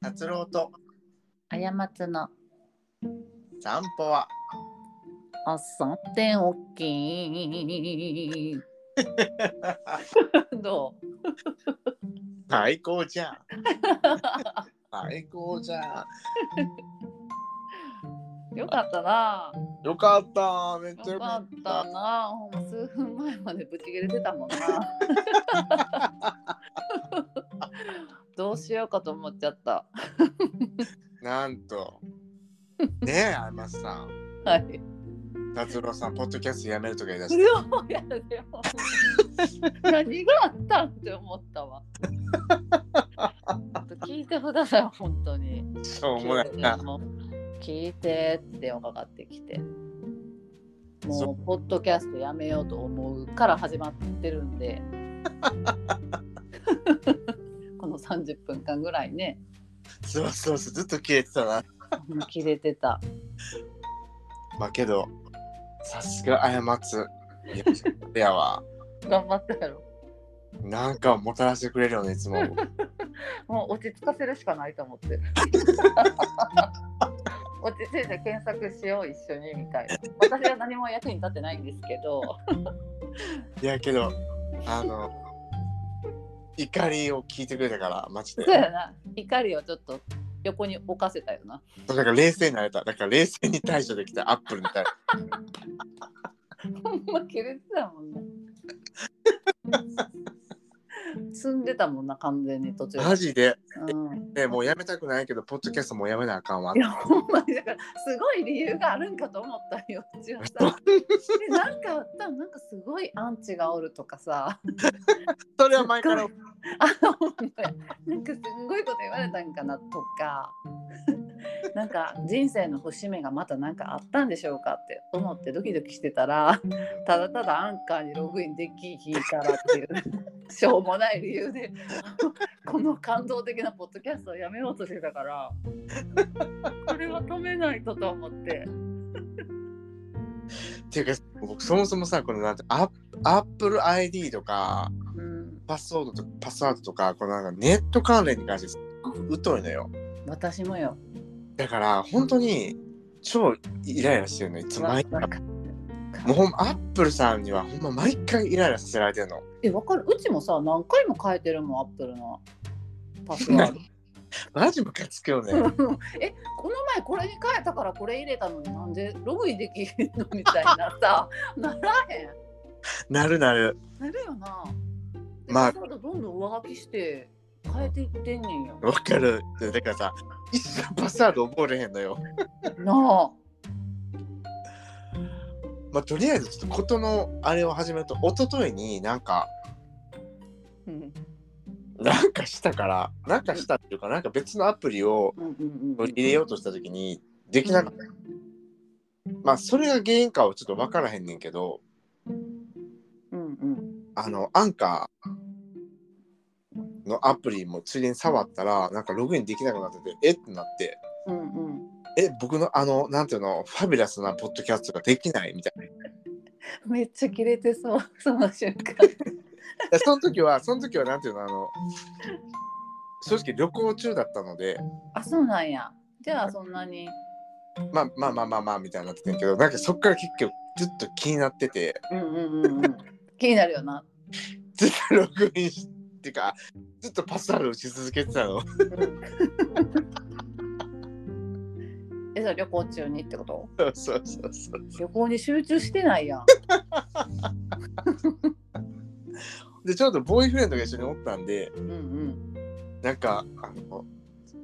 達郎とあやまつの散歩は朝っておきい。 どう最高じ ゃん最高じゃよかったな。んよかっためっちゃよよかかっったな。ほんま数分前までブチ切れてたもんな。 どうしようかと思っちゃった。たなん とねえあやまつさんはい。達郎さんポッドキャストやめるとか言い出そしてれをやでも何があったんって思ったわ。ちょっと聞いてください、本当に。しょうもないなもう聞いてって電話かかってきて。そもう、ポッドキャストやめようと思うから始まってるんで。 この30分間ぐらいね、そうそうそうずっと消えてたな切れてた。まあけどさすがあやまついやいやわ頑張ったやろ。なんかもたらしてくれるよねい つももう落ち着かせるしかないと 思ってる。落ち着いて検索しよう、一緒にみたいな。私は何も役に立ってないんですけど。 いやけどあの怒りを聞いてくれたからマジ でそうやな。怒りをちょっと横に置かせたよな。そうだから冷静になれた。だから冷静に対処でき た。アップルみたいな。ほんま切れてたもんな。積んでたもんな、完全に途中。マジで。うん、ね、もうやめたくないけど、ポッドキャストもやめなあかんわい。や、ほんまにだから、すごい理由があるんかと思ったよ。うちは さ。でなんかあったなんかすごいアンチがおるとかさ。それは前から。 あ、ほんまやなんかすんごいこと言われたんかなとか。なんか人生の節目がまた何かあったんでしょうかって思ってドキドキしてたらただただアンカーにログインできひいたらっていうしょうもない理由でこの感動的なポッドキャストをやめようとしてたからこれは止めないとと思ってっていうか、僕そもそもさ、このなんて、アッアップル ID とか、うんパスワードとか、パスワードとか、このなんかネット関連に関して、疎いのよ。私もよだから、本当に、超イライラしてるの、いつもわ毎わ回。かもうほんま、アップルさんには、ほんま、毎回イライラさせられてるの。えわかるうちもさ何回も変えてるもんアップルのパスワードマジムカつくよね。 えこの前これに変えたからこれ入れたのになんでログインできへんのみたいな さならへんなるなる。なるよなでまあパスワードどんどん上書きして変えていってんねんよわかる。だからさ、一瞬パスワード覚えれへんのよ。なあまあ、とりあえずちょっとことのあれを始めると一昨日になんかうんなんかしたからなんかしたっていうかなんか別のアプリをうんうんうん取り入れようとした時にできなかった、まあそれが原因かはちょっと分からへんねんけどうんうんあのアンカーのアプリもついでに触ったらなんかログインできなくなっててえってなってうんうんえ僕のあのなんていうのファビュラスなポッドキャストができないみたいなめっちゃ切れてそう その瞬間でその時はその時はなんていうのあの正直旅行中だったのであそうなんやじゃあそんなにまあまあまあまあまあみたいになってたんやけどなんかそっから結局ずっと気になっててうんうんうん うん気になるよな、ずっとログインしっていうかずっとパスワードをし続けてたのうん えそれ旅行中にってことそうそうそうそう旅行に集中してないやん。でちょうどボーイフレンドが一緒におったんでうんうん。なんかあの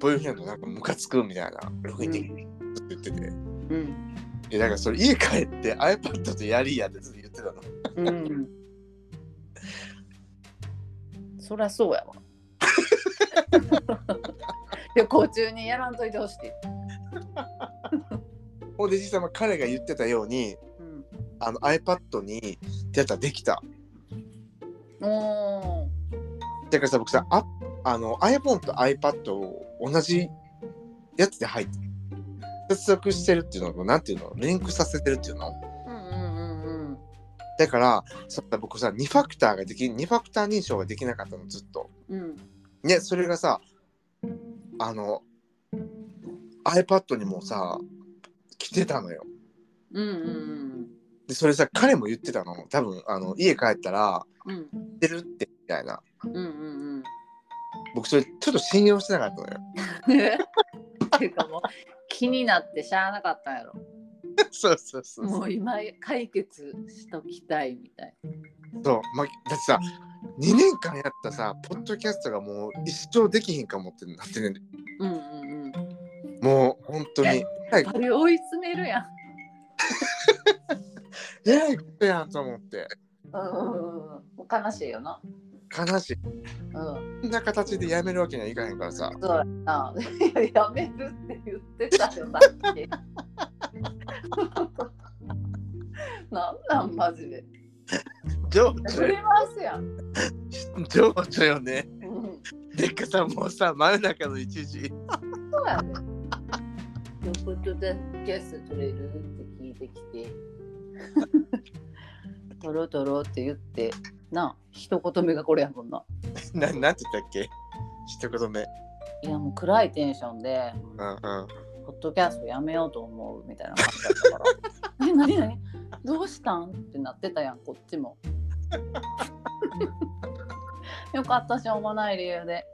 ボーイフレンドなんかムカつくみたいなログインできうないって言ってて、うん。えだからそれ家帰って iPad とやりやってずっと言ってたのうん。そりゃそうやわ。旅行中にやらんといてほしい。ほんで実際まあ彼が言ってたようにうん。あの iPad にやったらできたおーだからさ僕さああの iPhone と iPad を同じやつで入って接続してるっていうのをなんていうのリンクさせてるっていうのうんうんうんうん。だからその僕さ2ファクターができ2ファクター認証ができなかったのずっとうん。ねそれがさあの iPad にもさ来てたのようんうんでそれさ彼も言ってたの多分あの家帰ったらうん「出るって」みたいなうんうんうん僕それちょっと信用してなかったのよ っていうかもう気になってしゃあなかったんやろそうそうそうもそうう今解決しときたいみたいそう、ま、だってさ2年間やったさポッドキャストがもう一生できひんかもってなってねうんうんうんもう本当にえらいあれ追い詰めるやんえらいことやんと思ってうん悲しいよな悲しいうんこんな形でやめるわけにはいかへんからさそうやないややめるって言ってたよさっきなんなんマジで情振り回すやん、情緒よねうん、でっかさもうさ真夜中の1時そうやでどことでキャス取れるって聞いてきてとろとろって言ってなあ一言目がこれやもんなななんて言ったっけ一言目いやもう暗いテンションでうんうんポッドキャストやめようと思うみたいな感じだったから「え何何どうしたん?」ってなってたやんこっち も。よかったしょうもない理由で。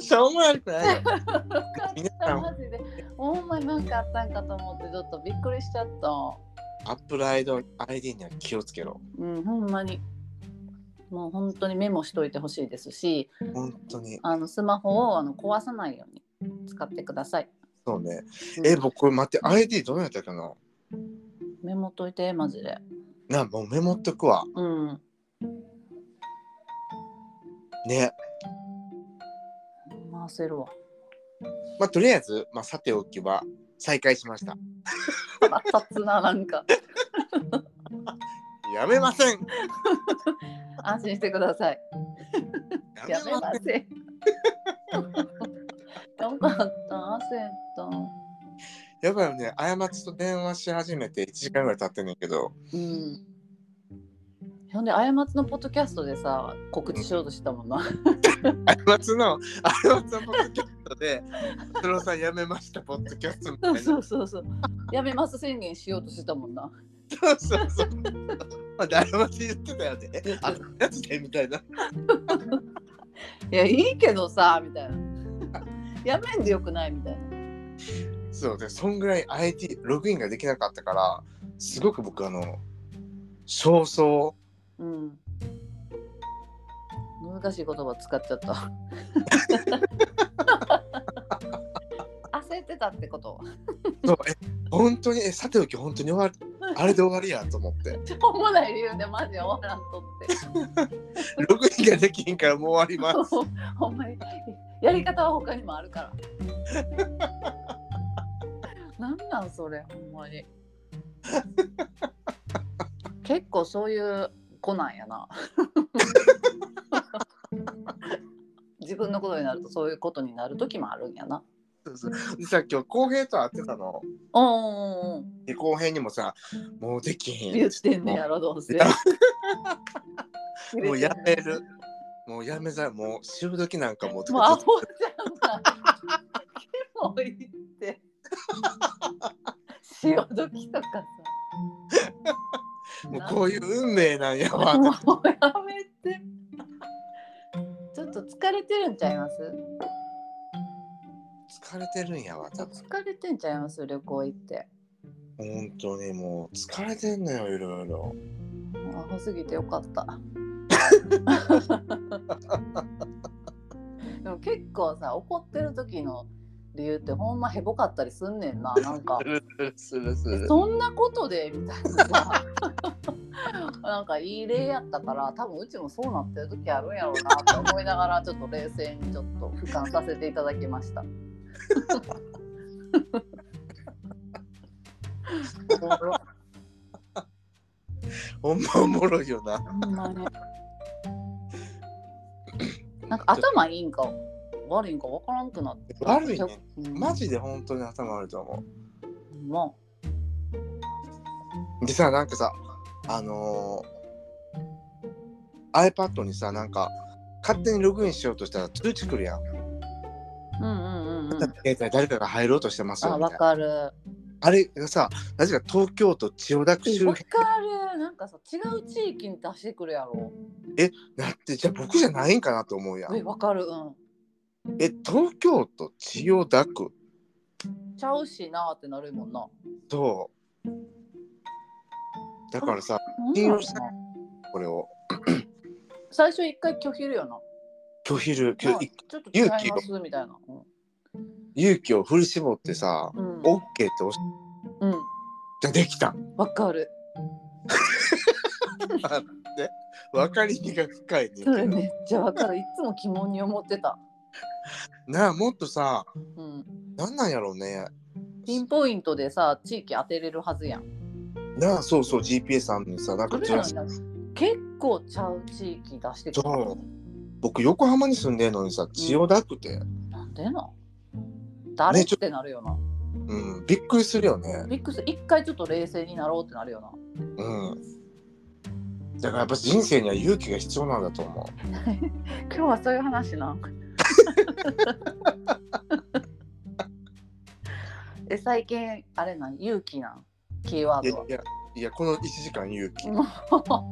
しょうも悪くないよよかっ皆さたんマジで。ほんまになんかあったんかと思ってちょっとびっくりしちゃった。アップル ID には気をつけろうんほんまに。もう本当にメモしといてほしいですし、本当にあのスマホをあの壊さないように使ってください。そうねうんえ僕これ待って ID どうやったかなメモっといてマジで。なもうメモっとくわうん。ね回せるわ。まあとりあえず、まあ、さておきは再開しました腹立つななんかやめません安心してくださいややめませんよかった焦ったやばいよね過ちと電話し始めて1時間ぐらい経ってんねんけどうんほんで過ちのポッドキャストでさ告知しようとしてたもんな過ちの過ちのポッドキャストで「ロ郎さんやめましたポッドキャスト」みたいそうな そうそうそうやめます宣言しようとしてたもんなそうそうそう。まあ、誰も言ってたよね。えあ、やつねみたいな。いやいいけどさみたいなやめんでよくないみたいなそうで、そんぐらい IT、ログインができなかったから、すごく僕、あの、焦燥、うん難しい言葉使っちゃった 焦ってたってこと そうえ本当に、え、さておき、本当に終わり、あれで終わりやと思って。しょうもない理由でマジ終わらんとって。ログインができんからもう終わります。ほんまにやり方は他にもあるから。 なんなんそれほんまに。結構そういう子なんや な。自分のことになるとそういうことになる時もあるんやな。そうそうでさ、今日、浩平と会ってたの。おんおんおんで、浩平にもさ、もうできへん。言ってんねやろどうせ。もう やめる。もうやめざる、もう潮時なんかもうともうかアホじゃんな。キモいって。潮時とかもうこういう運命なんやわさ。。もうやめて。ちょっと疲れてるんちゃいます疲れてるんやわ、多分。疲れてんちゃいます旅行行って。本当にもう疲れてんのよいろいろもうアホすぎてよかった。でも結構さ怒ってる時の理由ってほんまヘボかったりすんねんななんか。るするす えそんなことでみたいなさ なんかいい例やったから多分うちもそうなってる時あるんやろうなって思いながらちょっと冷静にちょっと俯瞰させていただきましたおもろほんまおもろいよなほんまになんか頭いいんか悪いんか分からんくなって悪いねうんマジで本当に頭悪いと思もうでさなんかさあのー、iPad にさなんか勝手にログインしようとしたら通知来るやんううんうんうんうんうん、携帯誰かが入ろうとしてますよあみたいわなかるあれがさなぜか東京都千代田区周わ辺かるなんかさ違う地域に出してくるやろだってじゃあ僕じゃないんかなと思うやんえわかるうんえ東京都千代田区ちゃうしなーってなるもんなとだからさなんやろなこれを最初一回拒否るよな拒否るまあ拒ちょっと違いますみたいな勇気を振り絞ってさう OK ん、って押しうん、じゃあできたわかる分かりみが深いねんけそどれめっちゃわかるいつも疑問に思ってた、なあもっとさうん、なんなんやろうねピンポイントでさ地域当てれるはずやんなあそうそう GPS さんにさなんかそれずならのしに結構ちゃう地域出してくるそう僕横浜に住んでんのにさ千代田区って、なんでな誰っねちょてなるよな、うん、びっくりするよねビックス一回ちょっと冷静になろうってなるよなうんだからやっぱ人生には勇気が必要なんだと思う今日はそういう話 な。え最近あれなん勇気なんキーワいーや。ドはいやいやこの1時間勇気もう勇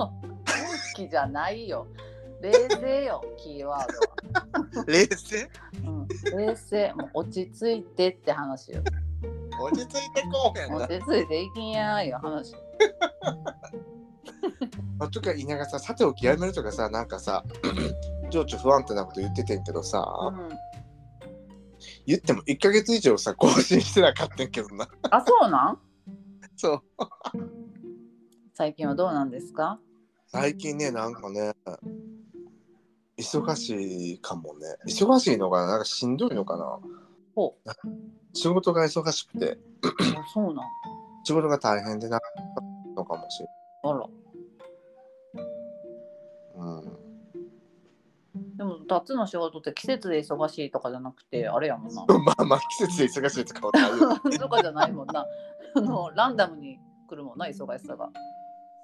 気じゃないよ。冷静よキーワー冷静ドは。うん、冷静もう落ち着いてって話よ。落ち着いてこうや落ち着いていきんやよ話。なとか言いながらささておきやめるとかさなんかさ 情緒不安定なこと言っててんけどさ、うん、言っても1ヶ月以上さ更新してなかったんけどなあそうなん？そう最近はどうなんですか？最近ねなんかね忙しいかもね忙しいのかななんかしんどいのかなほう。仕事が忙しくてあそうなん。仕事が大変でなかったのかもしれあら。ない、でもタツの仕事って季節で忙しいとかじゃなくてあれやもんな。うん、ま あまあ季節で忙しいとかはないよ とかじゃないもんな。あのランダムに来るもんな、忙しさが。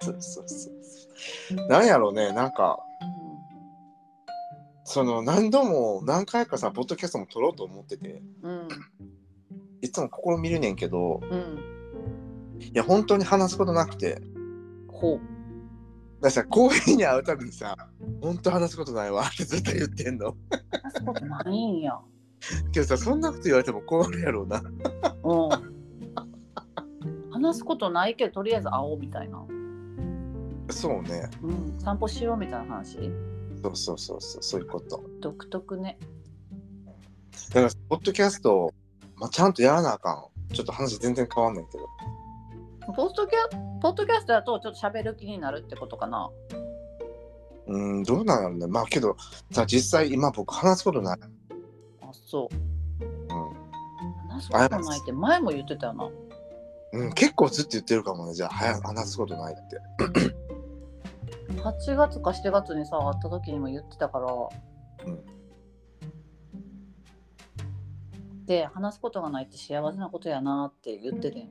そうそうそうなんやろうねなんかその何度も何回かさポッドキャストも撮ろうと思っててうん、いつも試みるねんけどうん、いや本当に話すことなくてほう。だからさ、コーヒーに会うたびにさ、ほんと話すことないわってずっと言ってんの。話すことないんや。けどさ、そんなこと言われても困るやろうな。 うん。話すことないけど、とりあえず会おうみたいな。そうね。うん、散歩しようみたいな話。そうそうそうそう、そういうこと。独特ね。だから、ポッドキャストを、まあ、ちゃんとやらなあかん。ちょっと話全然変わんないけど。ポストキャ、ポッドキャストだと、ちょっと喋る気になるってことかな。うーん、どうなんやろうね。まあけど、さ、実際今僕話すことない。あ、そう。話すあこやっとぱないって、前も言ってたよな。うん、うん、結構ずっと言ってるかもね。じゃあ、早く話すことないって。 8月か7月にさ会った時にも言ってたから、で話すことがないって幸せなことやなって言っててん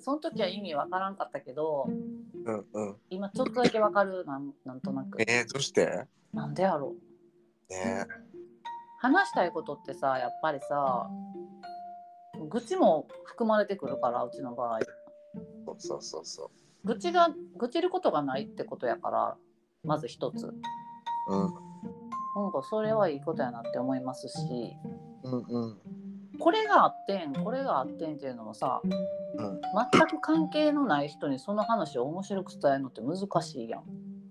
その時は意味わからんかったけどうんうん。今ちょっとだけわかるなんなんとなくえー、どうしてなんでやろうね話したいことってさやっぱりさ愚痴も含まれてくるからうちの場合え。そうそうそうそ愚痴が愚痴ることがないってことやからまず一つう。うん。なんかそれはいいことやなって思いますしうんうん。これがあってんこれがあってんっていうのもさ、ん全く関係のない人にその話を面白く伝えるのって難しいやん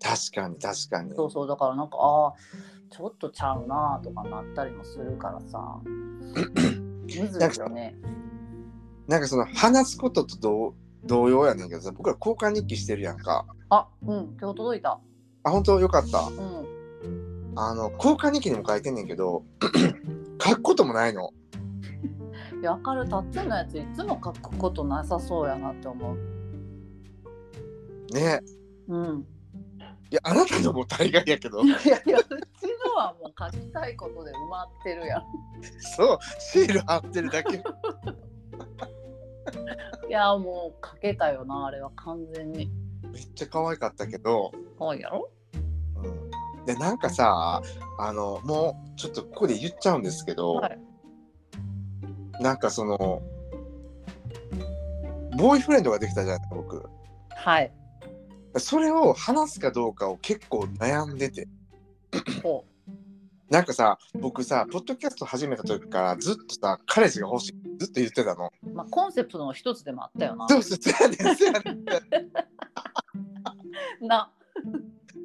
確かに確かに。そうそうだからなんかあーちょっとちゃうなとかなったりもするから さむずいよねなんかその話すことと同同様やねんけどさ僕ら交換日記してるやんかあうん今日届いたあ本当よかったうんあの交換日記にも書いてんねんけど 書くこともないのいや明るたっつんのやついつも書くことなさそうやなって思うね うんいやあなたのも大概や けどいやいやうちのはもう書きたいことで埋まってるやんそうシール貼ってるだけいやもうかけたよなあれは完全にめっちゃ可愛かったけど、可愛いやろうん、でなんかさあのもうちょっとここで言っちゃうんですけど、はいなんかそのボーイフレンドができたじゃないですか僕はいそれを話すかどうかを結構悩んでてほなんかさ僕さポッドキャスト始めた時からずっとさ彼氏が欲しいずっと言ってたのう、まあ、コンセプトの一つでもあったよなそうそうそうやねんそうやねんな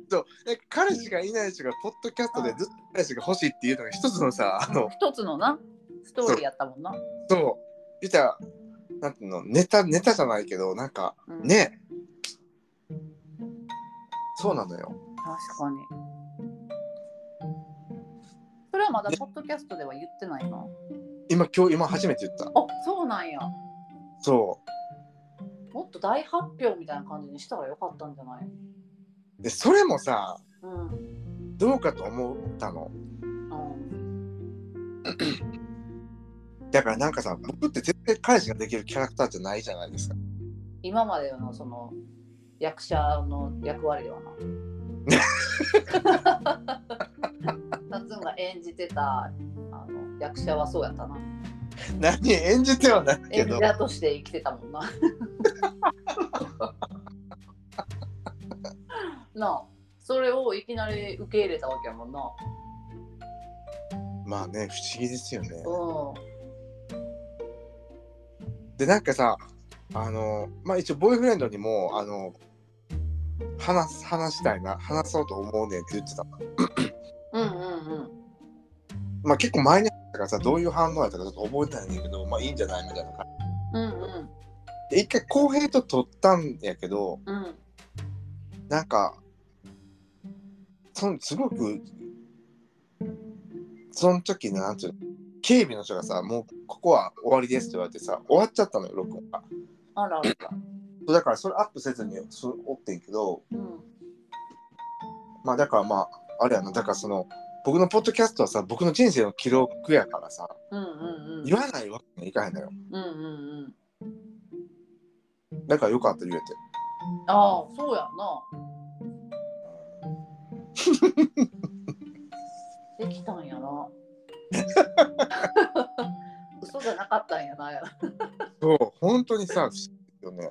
そうで彼氏がいない人がポッドキャストでずっと彼氏が欲しいっていうのが一つのさあの一つのなストーリーやったもんな、そう言ったらなんていうのネタネタじゃないけどなんかうん、ねそうなのよ確かにそれはまだポッドキャストでは言ってないな今今日今初めて言ったあそうなんやそうもっと大発表みたいな感じにしたらよかったんじゃないでそれもさうん、どうかと思ったのうん、だからなんかさ僕って絶対彼氏ができるキャラクターじゃないじゃないですか今までのその役者の役割ではな夏が演じてたあの役者はそうやったな何演じてはないけ演ど者として生きてたもんな なあそれをいきなり受け入れたわけやもんなまあね不思議ですよねうんでなんかさあのまあ一応ボーイフレンドにもあの話す話したいな話そうと思うねんって言ってたのうんうんうんまあ結構前にあったからさどういう反応やったかちょっと覚えてないんだけどまあいいんじゃないみたいな感うんうんじで一回浩平と撮ったんやけどうんなんか、そのすごく、その時の、なんていうの、警備の人がさ、もうここは終わりですって言われてさ、終わっちゃったのよ、録音が。あらあらそうだからそれアップせずにそうおってんけど、うんまあだからまあ、あれやな、だからその、僕のポッドキャストはさ、僕の人生の記録やからさ、うんうんうん言わないわけにはいかへんのよ。うんうんうんだからよかった、言えて。ああそうやんな できたんやな 嘘じゃなかったんやなそう、本当にさ、不思議よね。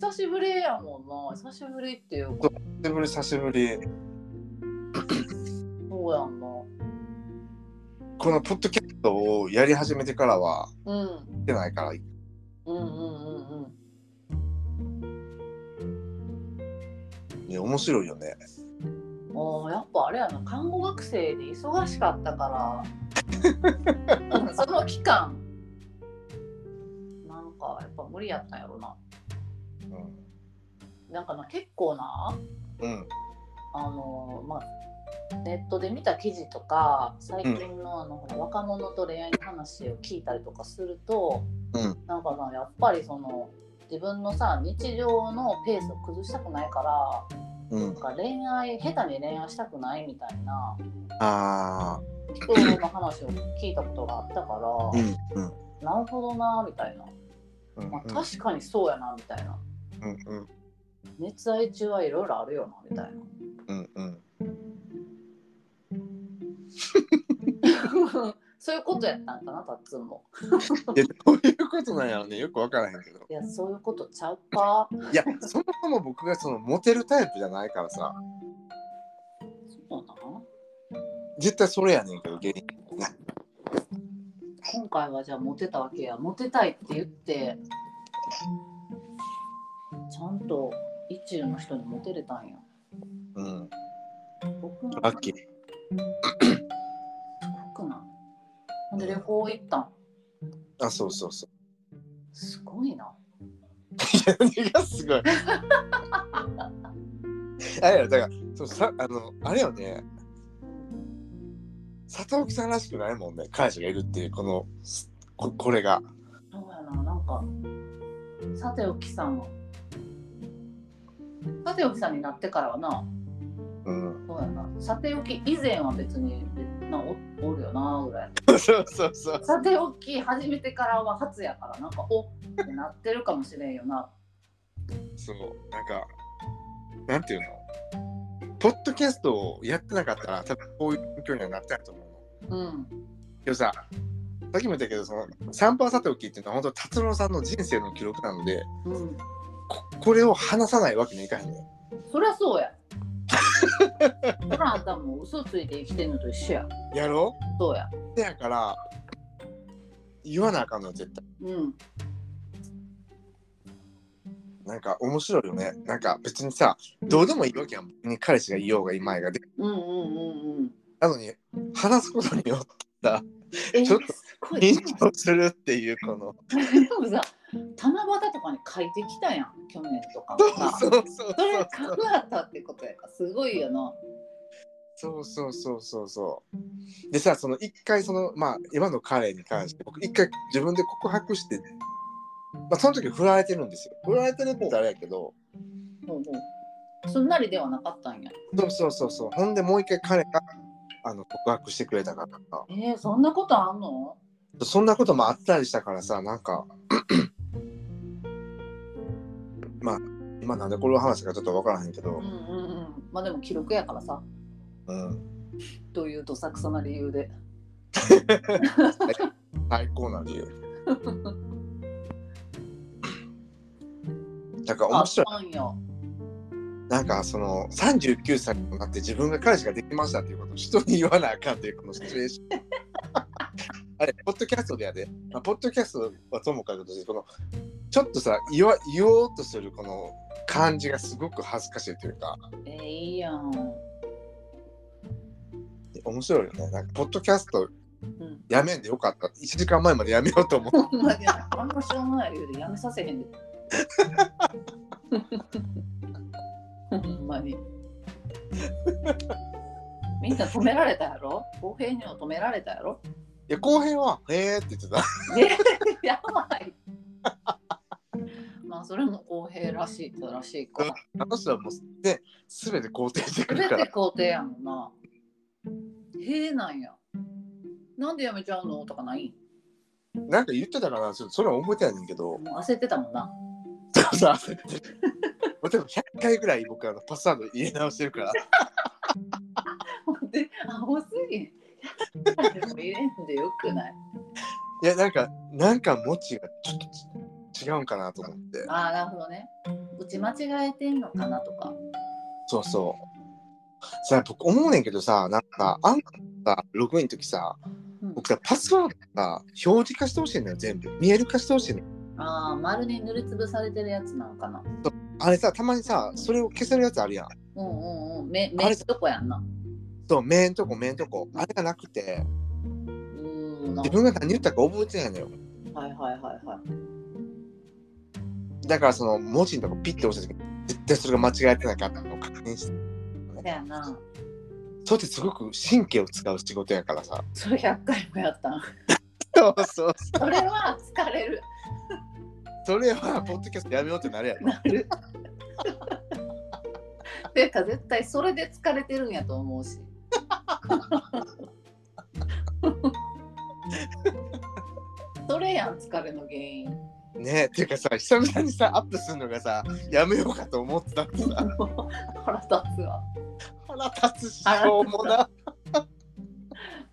久しぶりやもんな久しぶりっていうか久しぶり、久しぶり。そうやんなこのポッドキャストをやり始めてからは、うん来てないから、うんうんうんうんね、面白いよね。もうやっぱあれやな看護学生で忙しかったから うんその期間なんかやっぱ無理やったんやろななんかな結構なうん。あのまあネットで見た記事とか最近のあの、ほら若者と恋愛の話を聞いたりとかすると、うんなんかなやっぱりその自分のさ日常のペースを崩したくないからうんなん。か恋愛下手に恋愛したくないみたいなああ。人の話を聞いたことがあったかうん。うん。ら、なるほどなみたいな、うんまあ、確かにそうやなみたいなうん。うん。熱愛中はいろいろあるよなみたいな。 うん。うん。そういうことやったんかなタッツンも。いや、どういうことなんやろね。よくわからへんけど。いやそういうことちゃうか。いや、そもそも僕がそのモテるタイプじゃないからさ。そうなの絶対それやねんけど、原因。今回はじゃあモテたわけやモテたいって言ってちゃんと一中の人にモテれたんやうん。僕なんラッキー。僕なんほんで旅行行ったんあ、そうそうそう。 すごいないや、何がすごい。 あれよ、だから、そうさ、あの、あれよね。佐藤さんらしくないもんね。彼氏がいるっていう、この、ここれが。そうやななんかさておきさんさておきさんになってからはなうん。そうやなさておき以前は別に別なおおるよなぐらいやっ たそうそうそう。さておき始めてからは初やからなんかおってなってるかもしれんよな。そう、なんか、なんていうのポッドキャストをやってなかったら、多分こういう距離にはなってないと思うの。うん。けどさ、さっきも言ったけど、その散歩はさておきっていうのは、本当達郎さんの人生の記録なので、うん。ここれを話さないわけにはいかへんのよ。そりゃそう や。そらあんたも嘘ついて生きてんのと一緒や。やろそうや。うせやから、言わなあかんのよ、絶対。うん。なんか面白いよね。なんか別にさ、どうでもいいわけやん。に彼氏がいようがいまいがで。うんうんうんうん。なのに、話すことによってさ、えちょっすごい。緊張するっていう、この。でもさ、七夕とかに書いてきたやん、去年とかもさ。そうそうそうそれがかぶあったってことやから、すごいよな。そうそうそうそうそう。でさその一回そのまあ今の彼に関して僕一回自分で告白して、まあ、その時振られてるんですよ。振られてるって言ったらあれやけどほうほうすんなりではなかったんや。そうそうそうそうほんでもう一回彼があの告白してくれたからえー、そんなことあんのそんなこともあったりしたからさなんかまあ今なんでこれを話したかちょっと分からへんけうどん、うんうん。まあでも記録やからさ、うん、というどさくさな理由で。最高な理由。だから面白い。あったんや。なんかその39歳になって自分が彼氏ができましたっていうことを人に言わなあかんというこのシチュエーシ ョン。あれ、ポッドキャストでやで、まあ、ポッドキャストはともかくとして、このちょっとさ言わ、言おうとするこの感じがすごく恥ずかしいというか、えー、いいやん。面白いよね。なんか、ポッドキャストうん。やめんでよかった。1時間前までやめようと 思う。ほんまに、あんましょうもない理由でやめさせへんで。 ほんまに。みんな止められたやろ公平には止められたやろ いや、後編は、へーって言ってた。ねやばい。まあそれも公平らしいとらしいか。あの人はもう、ね、すべて肯定してくる全かてら。肯定やもんな。へえなんや。なんでやめちゃうのとかないなんか言ってたかな、ちょっとそれは覚えてないねんけ ど。もう焦ってたもんな。 そうそう焦ってる。もうでも100回ぐらい僕あのパスワード入れ直してるから。ほんで、あ、もうすぎん。 やでも入れんでよくない。いやなんかなんか持ちがちょっと違うんかなと思って。ああ、なるほどね。うち間違えてんのかなとか。そうそう。さ僕思うねんけどさなんかあんたさログインの時さうん僕さパスワードさ表示化してほしいのよ全部見える化してほしいのよああ、丸に塗りつぶされてるやつなのかな。あれさたまにさそれを消せるやつあるやんうんうんうん。め、あめれっとこやんな。そう目んとこ目んとこあれがなくてうーん。なん自か分が何言ったか覚えてないのよはいはいはいはい。だからその文字のとこピッて押した時絶対それが間違えてないかったのを確認してそやな。それってすごく神経を使う仕事やからさ。それ100回もやったん。そうそう。それは疲れる。それは、ポッドキャストやめようってなるやろ。なる。ていうか絶対それで疲れてるんやと思うし。それやん疲れの原因。ねえ、っていうかさ、久々にさ、アップするのがさ、やめようかと思ってたってさ、腹立つわ。腹立つし、しょうもな。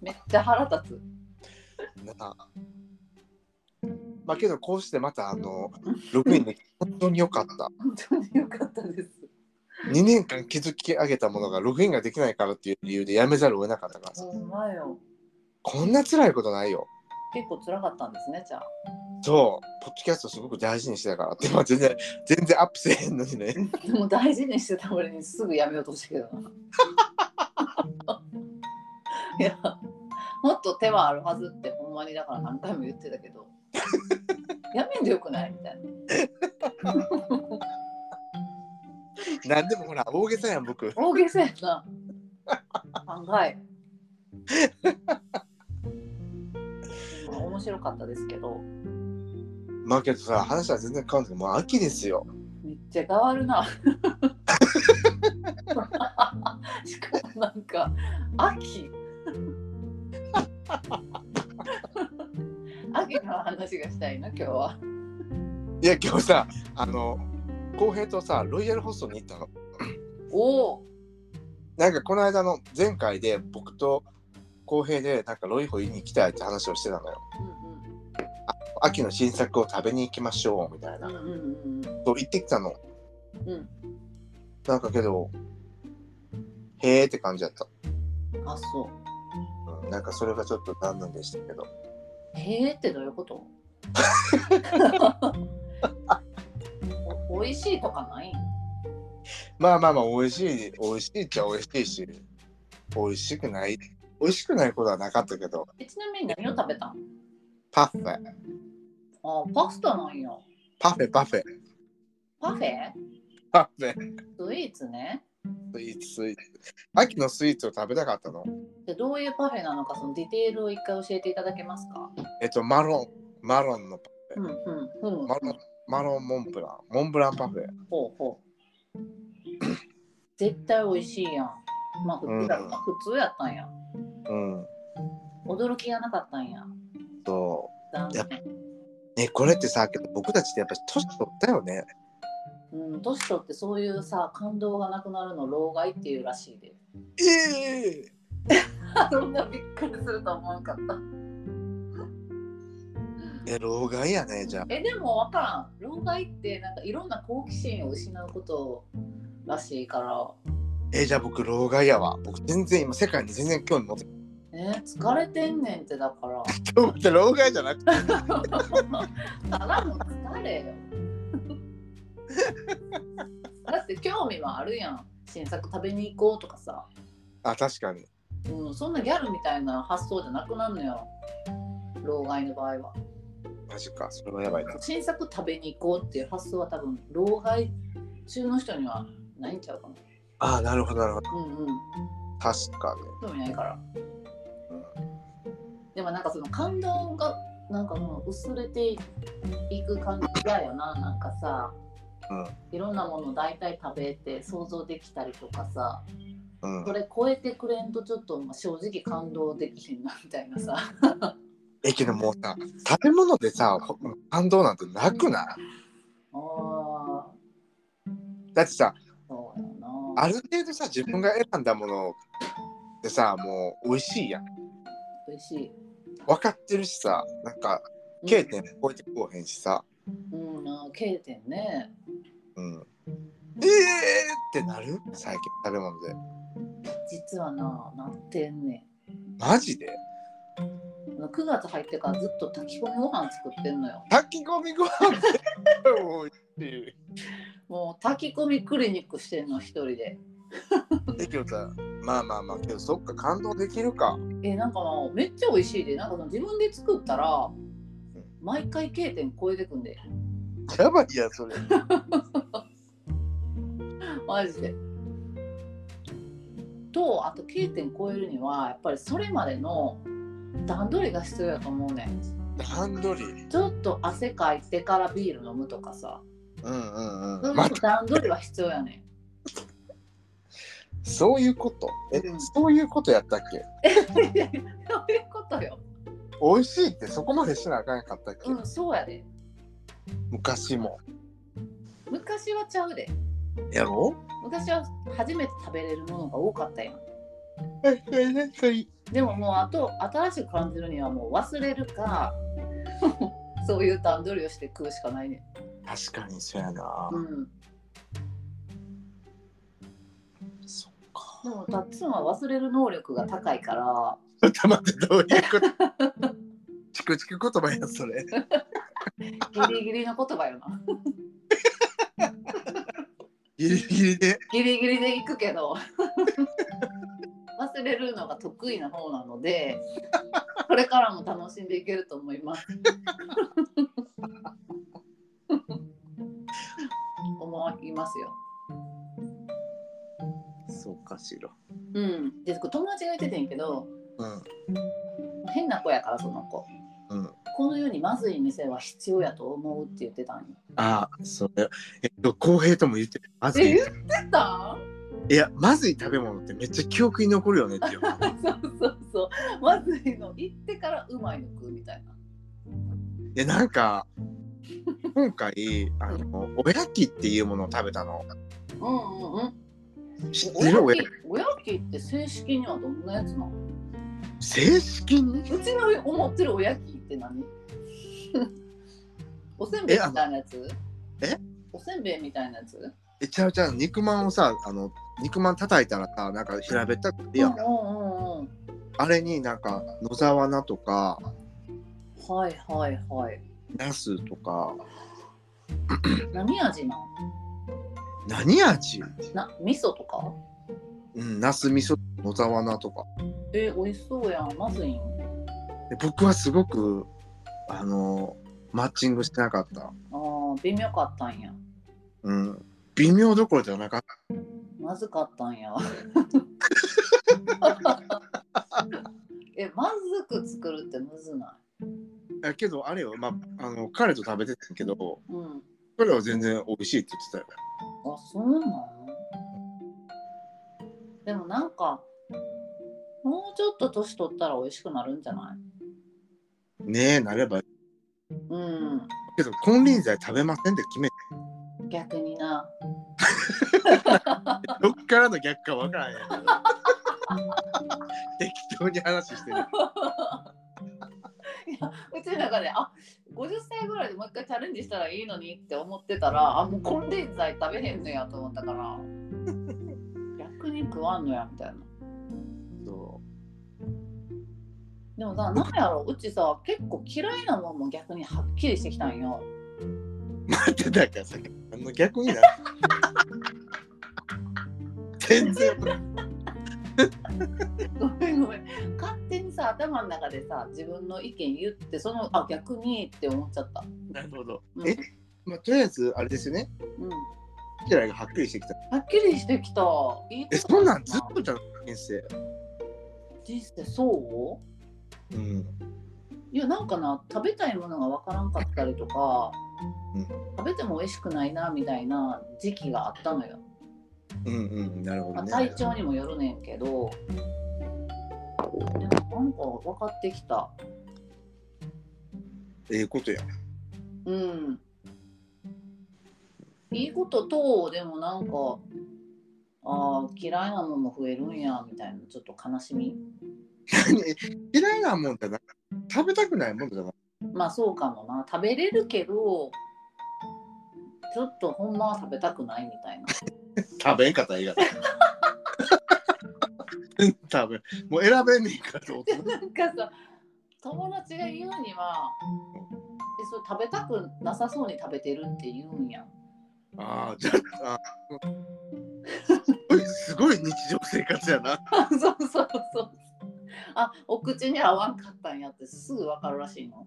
めっちゃ腹立つ。なあまあけど、こうしてまた、あの、ログインできて本当に良かった。本当に良かったです。 2年間築き上げたものがログインができないからっていう理由でやめざるを得なかったからさ、ほんまよ。こんな辛いことないよ。結構辛かったんですね、じゃあ。そう、ポッドキャストすごく大事にしてたからって、まあ全然、全然アップせえへんのにね。でも大事にしてた俺にすぐやめようとしたけどな。いやもっと手はあるはずってほんまにだから何回も言ってたけどやめんでよくないみたいななんでもほら、大げさやん、僕。大げさやな考えでも面白かったですけどまあけどさ、話は全然変わんないけど、もう秋ですよ。めっちゃ変わるなしかもなんか秋秋の話がしたいな今日はいや、今日さ、あの、浩平とさ、ロイヤルホストに行ったの。おおなんかこの間の前回で僕と浩平でなんかロイホイに行きたいって話をしてたのよ。秋の新作を食べに行きましょうみたいな。うんうんうんそう言ってきたの。うんなんかけど、へーって感じだった。うんあそうん、なんかそれがちょっと残念でしたけど。うへえってどういうことお美味しいとかないまあまあまあ、美味しい、美味しいっちゃ美味しいし、美味しくない、美味しくないことはなかったけど、えちなみに何を食べたんパフェ、あパスタなんやパフェ、パフェ、パフェパフェ、スイーツねスイーツ、スイーツ。秋のスイーツを食べたかったの。でどういうパフェなのかそのディテールを一回教えていただけますかえっと、マロン、マロンのパうんうんうんマロン、マロンモンブラン、モンブランパフェ。ほうほう 絶対美味しいやんまあ普通だった、うん普通やったんやうん。驚きがなかったんやそ残やっ念う。ね、これってさ、けど僕たちってやっぱり年取ったよね。うん年取ってそういうさ感動がなくなるの老害っていうらしいで ええそんなびっくりすると思わんかった え、老害やね、じゃあ。えでも分からん老害ってなんかいろんな好奇心を失うことらしいからえ、じゃあ僕、老害やわ。僕、全然今、世界に全然興味持ってない。え疲れてんねんってだから僕って 老害じゃなくて。ただの疲れよ だって興味はあるやん新作食べに行こうとかさ、あ、確かに。うん、そんなギャルみたいな発想じゃなくなるのよ老害の場合はマジか、それはやばいな。新作食べに行こうっていう発想は多分老害中の人にはないんちゃうかなあ、なるほど、なるほど。うんうん確か興味ないからに。でもなんかその感動がなんかもう薄れていく感じだよななんかさういろんなもの大体食べて想像できたりとかさん。うそん。れ超えてくれんとちょっとまあ正直感動できひんなみたいなさえ、けどもうさ、食べ物でさ、ほ感動なんてなくないあーだってさ、そうやなある程度さ、自分が選んだものでさ、もう美味しいやん。美味しい分かってるしさ、なんか、うん K 点超えてこうへんしさ。うんあー K 点ねうん。ええー、ってなる最近食べ物で。実はななってんねマジでん9月入ってからずっと炊き込みご飯作ってんのよ炊き込みご飯って美味しい。もう炊き込みクリニックしてんの一人でできるさ、まあまあまあ、けどそっか、感動できるか。えなんかなめっちゃ美味しいでなんかその自分で作ったら毎回 K 点超えてくんでやばいやん、それ。マジで。とあと K 点超えるにはやっぱりそれまでの段取りが必要やと思うねん段取り。ちょっと汗かいてからビール飲むとかさうんうん。そううんいまう段取りは必要やねそういうこと。え、うんそういうことやったっけん そういうことよ美味しいってそこまでしなあかんかったっけ、うんそうやで昔も。昔はちゃうでやろ昔は初めて食べれるものが多かったやんえ、え、え、え、でももうあと新しく感じるにはもう忘れるか そういう段取りをして食うしかないね確かにそうやな。うんそっか。でもタッツンは忘れる能力が高いからちょっと待って、どういうことチクチク言葉やん、それ。ギリギリの言葉よなギリギリで。ギリギリで行くけど 忘れるのが得意な方なのでこれからも楽しんでいけると思い ます思いますよそうかしら。うんで友達が言っててんけどうん。変な子やからその子うん。この世にまずい店は必要やと思うって言ってたんよああ、それ。えっと、浩平とも言ってる。まずい。ってたんいや、まずい食べ物ってめっちゃ記憶に残るよね っていう。 そうそうそうまずいの行ってからうまいの食うみたいないや、なんか、今回、あの、おやきっていうものを食べたの。うんうんうん知ってるお親やきおやきって正式にはどんなやつなの正式にうちの思ってるおやきって何 おせんべいみたいなやつえあのえおせんべいみたいなやつえちゃうちゃう肉まんをさあの肉まん叩いたらさなんか平べったくてやん、うんうんうんあれになんか野沢菜とかうんはいはいはいナスとか何味なの何味な味噌とかうんナス味噌野沢菜とかえー、美味しそうやんまずいんで僕はすごくあのマッチングしてなかった、あー微妙かったんやうん、微妙どころじゃなかったまずかったんや えまずく作るってむずなだけどあれよ、まあ、あの彼と食べてたけどいうん彼は全然美味しいって言ってたよあそうなのでもなんかもうちょっと年取ったら美味しくなるんじゃないねえなればいいうんけど金輪際食べませんって決めて逆になどっからの逆かわからん やん適当に話してるいやうちの中であ50歳ぐらいでもう一回チャレンジしたらいいのにって思ってたらあもう金輪際食べへんのやと思ったから 逆に食わんのやみたいなそでもさなんやろうちさ結構嫌いなもんも逆にはっきりしてきたんよう待ってだからさあの逆 にな全然ごめんごめん勝手にさ頭の中でさ自分の意見言ってそのあ逆にって思っちゃったなるほどうんえ、まあ、とりあえずあれですよねうんは嫌いがはっきりしてきたっきりしてきたいいえことそんなんだずっとじゃん人生人生そううんいやなんかな食べたいものがわからんかったりとか、うん食べても美味しくないなみたいな時期があったのよ、うんうんなるほまどあ、ね体調にもよるねんけどでもなんか分かってきたええことやうんいいこととでもなんかあー嫌いなものも増えるんやみたいなちょっと悲しみ 嫌いなもんじゃなく食べたくないもんじゃなくまあそうかもな食べれるけどちょっとほんまは食べたくないみたいな食べんかったらええが食べんもう選べんねえかと思 ってなんかさ友達が言うには「えそれ食べたくなさそうに食べてる」って言うんやん。ああじゃああーすごいすごい日常生活やな そうそうそうそう。あお口に合わんかったんやってすぐ分かるらしいの。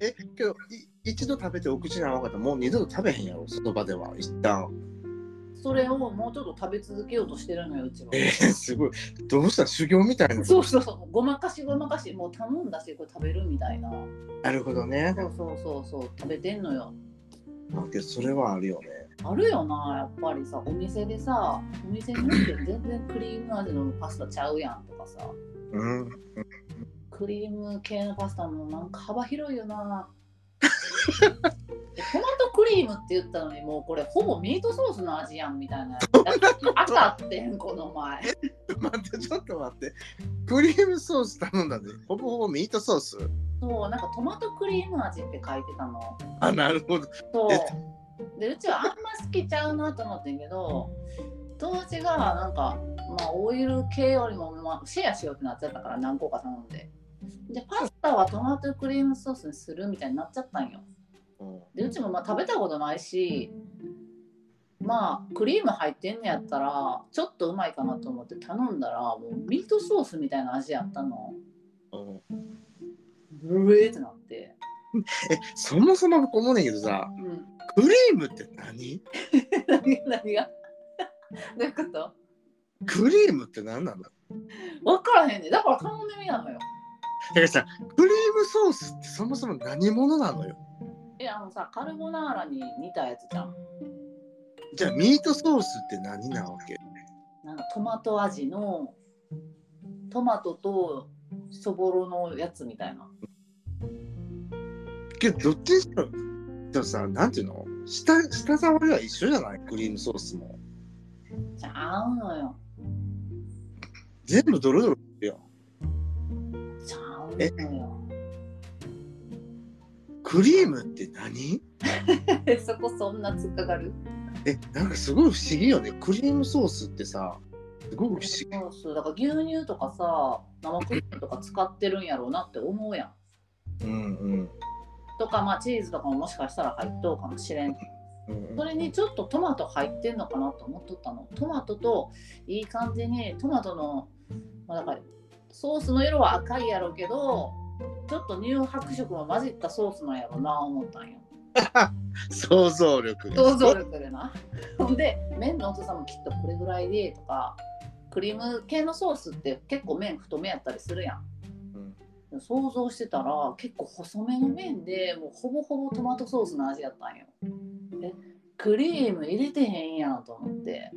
えけどい一度食べてお口に合わなかったらもう二度と食べへんやろその場では一旦それをもうちょっと食べ続けようとしてるのようちは。えー、すごいどうした修行みたいなそうそうそうごまかしごまかしもう頼んだしこれ食べるみたいな。なるほどねそうそうそうそう食べてんのよ。あけどそれはあるよねあるよなやっぱりさお店でさお店によって全然クリーム味のパスタちゃうやんとかさ。うんクリーム系のパスタもなんか幅広いよなえトマトクリームって言ったのにもうこれほぼミートソースの味やんみたいなあったってんこの前待ってちょっと待ってクリームソース頼んだねほぼほぼミートソースそうなんかトマトクリーム味って書いてたのあなるほどそうでうちはあんま好きちゃうなと思ってんけど友達がなんか、まあ、オイル系よりも、まあ、シェアしようってなっちゃったから何個か頼んででパスタはトマトクリームソースにするみたいになっちゃったんよでうちもまあ食べたことないしまあクリーム入ってんのやったらちょっとうまいかなと思って頼んだらもうミートソースみたいな味やったのうんブレーってなって、えそもそも僕思うねんけどさうん、 クリームって何何が何が どういうことクリームって何なんだ分からへんねだから頼んでみなのよだからさクリームソースってそもそも何者なのよえあのさカルボナーラに似たやつじゃんじゃあミートソースって何なわけなんかトマト味のトマトとそぼろのやつみたいなけどどっちにしろでもさなんていうの下下触りは一緒じゃないクリームソースもちゃうのよ。全部ドロドロしてるよ。ちゃうのよ。クリームって何 そこそんな突っかかるえ、なんかすごい不思議よね。クリームソースってさ、すごく不思議。そうそうだから牛乳とかさ生クリームとか使ってるんやろうなって思うやん。うんうん。とかまあチーズとかももしかしたら入っとうかもしれんうんそれにちょっとトマト入ってんのかなと思っとったのトマトといい感じにトマトの、まあ、だからソースの色は赤いやろうけどちょっと乳白色も混じったソースなんやろうな思ったんよ想像力が想像力でなほんで麺の太さもきっとこれぐらいでとかクリーム系のソースって結構麺太めやったりするやんうん想像してたら結構細めの麺でもうほぼほぼトマトソースの味やったんよ。えクリーム入れてへんやんと思って。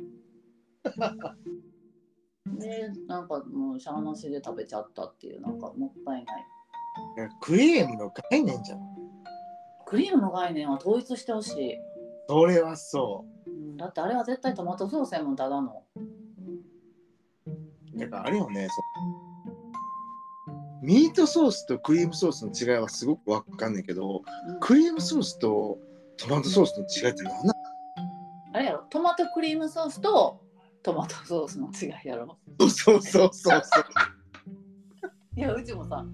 でなんかもうしゃーなしで食べちゃったっていうなんかもったいない。いやクリームの概念じゃん。クリームの概念は統一してほしいそれはそうん。だってあれは絶対トマトソースやもんただの。う。だからあれよね。そうミートソースとクリームソースの違いはすごくわかんないけど、うんクリームソースとトマトソースの違いって何なのあれやろトマトクリームソースとトマトソースの違いやろ。そうそうそうそう。いやうちもさ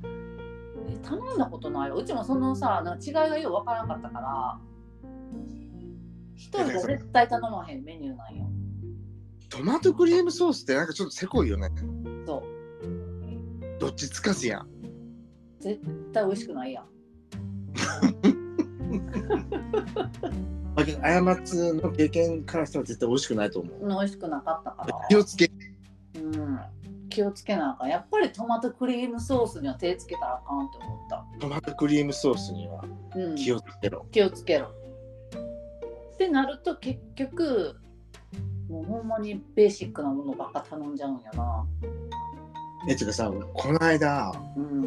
え頼んだことないようちもそのさなんか違いがようわからんかったから一人じゃ絶対頼まへんメニューなんよ トマトクリームソースってなんかちょっとせこいよね。そどっちつかずやん。う絶対美味しくないやんまあけど過つの経験からしたら絶対美味しくないと思う。美味しくなかったから気をつけ。うん気をつけなあかんやっぱりトマトクリームソースには手つけたらあかんって思っトマトクリームソースにはた、うん、気をつけろ。気をつけろってなると結局もうほんまにベーシックなものばっか頼んじゃうんやなえ、てかさ、この間、うん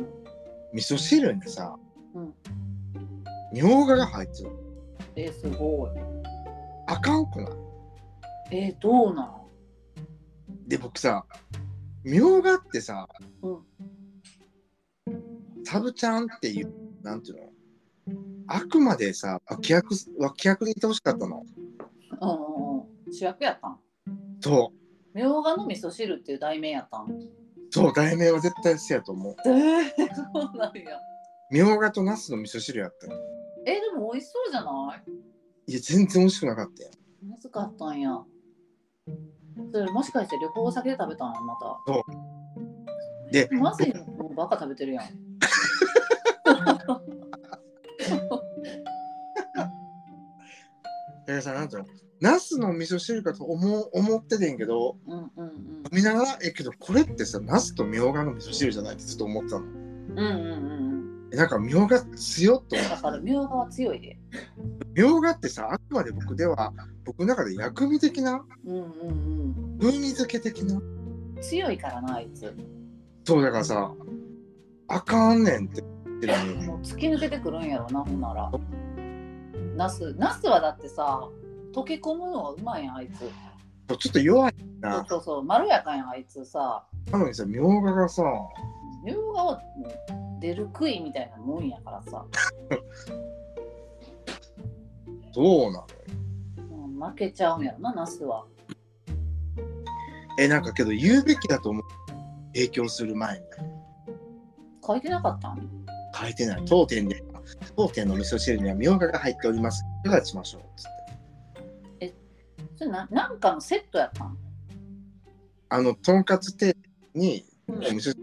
味噌汁にさ、うんみょうがが入ってる。えすごいあかんくないえー、どうなんで、僕さ、みょうがってさ、うんサブちゃんっていう、なんていうのあくまでさ、脇役、脇役でいてほしかったの。うんうんうん、主役やったん。そみょうがの味噌汁っていう題名やったん。う、そう、題名は絶対せやと思う。えー、 そうなんや。みょうがとナスの味噌汁やったよえー、でも美味しそうじゃないいや、全然美味しくなかったよ。まずかったんや。それもしかして旅行先で食べたんまた。そうでまずいのもうバカ食べてるやん。だからさ、なんていうのナスの味噌汁かと思う思っててんけど、うんうんうん。見ながら、え、けどこれってさ、ナスとみょうがの味噌汁じゃないってずっと思ってたの。うんうんうんえなんかみょうが強っと思うん。う。だからみょうがは強いで。みょうがってさ、あくまで僕では、僕の中で薬味的な、うんうん風味付け的な。うん。強いからなあいつ。そうだからさ、あかんねんって言ってるのにもう突き抜けてくるんやろなほんならナスナスはだってさ溶け込むのがうまいやんあいつそうちょっと弱いそうな。そうそうまろやかやんあいつさなのにさ、みょうががさ、みょうがはもう出る杭みたいなもんやからさ、どうなのうん負けちゃうんやろなナスはえ、なんかけど言うべきだと思う。提供する前に。書いてなかったん書いてない。当店で、当店の味噌汁にはみょうがが入っております。いかがしましょうつって。それななんかのセットやったんあの、とんかつ定に、おうん味噌汁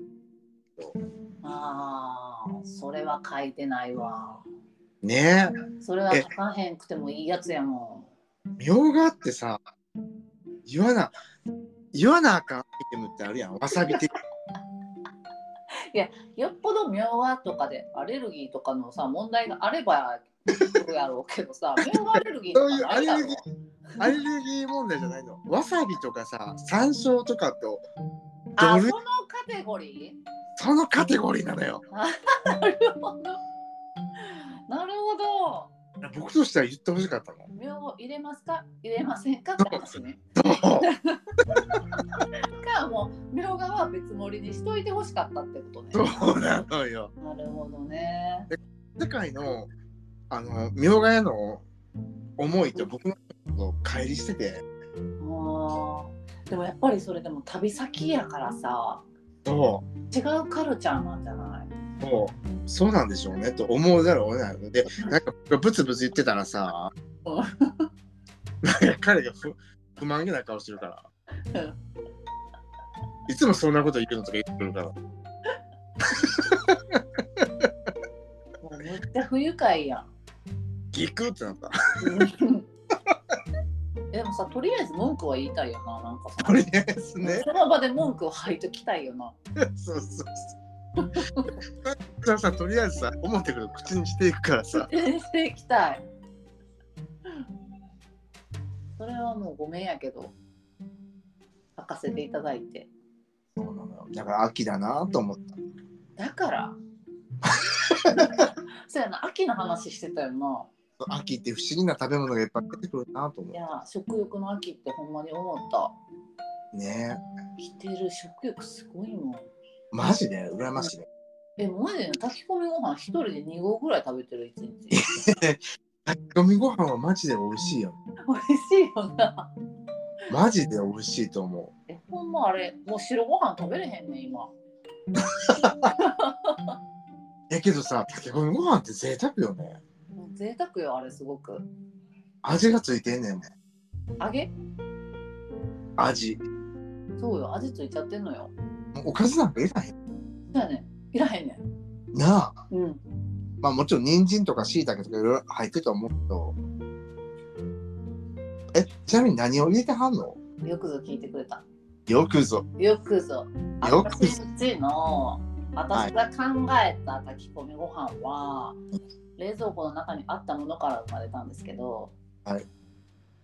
あーそれは書いてないわねそれは書かへんくてもいいやつやもえ、みょうがってさ、言わな、言わなあかんアイテムってあるやん。わさび的。んよっぽどみょうがとかでアレルギーとかのさ問題があればそうやろうけ どさみょうがアレルギーとそうかいうなアレいだルろギー、アレルギー問題じゃないの。わさびとかさ、山椒とかと、あ、どそれのカテゴリそのカテゴリーなのよ。ー。なるほど。なるほど。僕としては言ってほしかったの。両方入れますか入れませんかって話ね。かもう両側は別盛りにしといてほしかったってことね。そうなのよ。なるほどね。世界のあのみょうが屋の思いと僕の乖離しててあーでもやっぱりそれでも旅先やからさそ違うカルチャーなんじゃないうそうそうなんでしょうねと思うざるを得ないのでなんか僕がブツブツ言ってたら さうんなんか彼が不不満げな顔してるからうんいつもそんなこと言うのとか言ってくるからもうめっちゃ不愉 快やん。ギクってなったでもさとりあえず文句は言いたいよななんかさとりあえずねその場で文句を吐いときたいよな。そうそうそうさとりあえずさ思ってくる口にしていくからさしていきたい。それはもうごめんやけど書かせていただいてそうなのよだから秋だなと思っただからそうやな秋の話してたよな。秋って不思議な食べ物がいっぱい出てくるなと思いや食欲の秋ってほんまに思った。うね来てる食欲すごいもん。マジで羨ましいねえ、マジで炊き込みご飯一人で2合ぐらい食べてる一日。 炊き込みご飯はマジで美味しいよ美味しいよな。マジで美味しいと思え、ほんまあれ、もう白ご飯食べれへんねん今。うやけどさ炊き込みご飯って贅沢よねもう贅沢よ、あれすごく。味がついてんねんもん揚げ味そうよ、味ついちゃってんのよ。もうおかずなんかいらへんだよねん。いらへんねん。なあうん。まあもちろん人参とか椎茸とかいろいろ入ってるとは思うけどえちなみに何を入れてはんのよくぞ聞いてくれた。よくぞよくぞ。よくぞ私んちの私が考えた炊き込みご飯は、冷蔵庫の中にあったものから生まれたんですけど、はい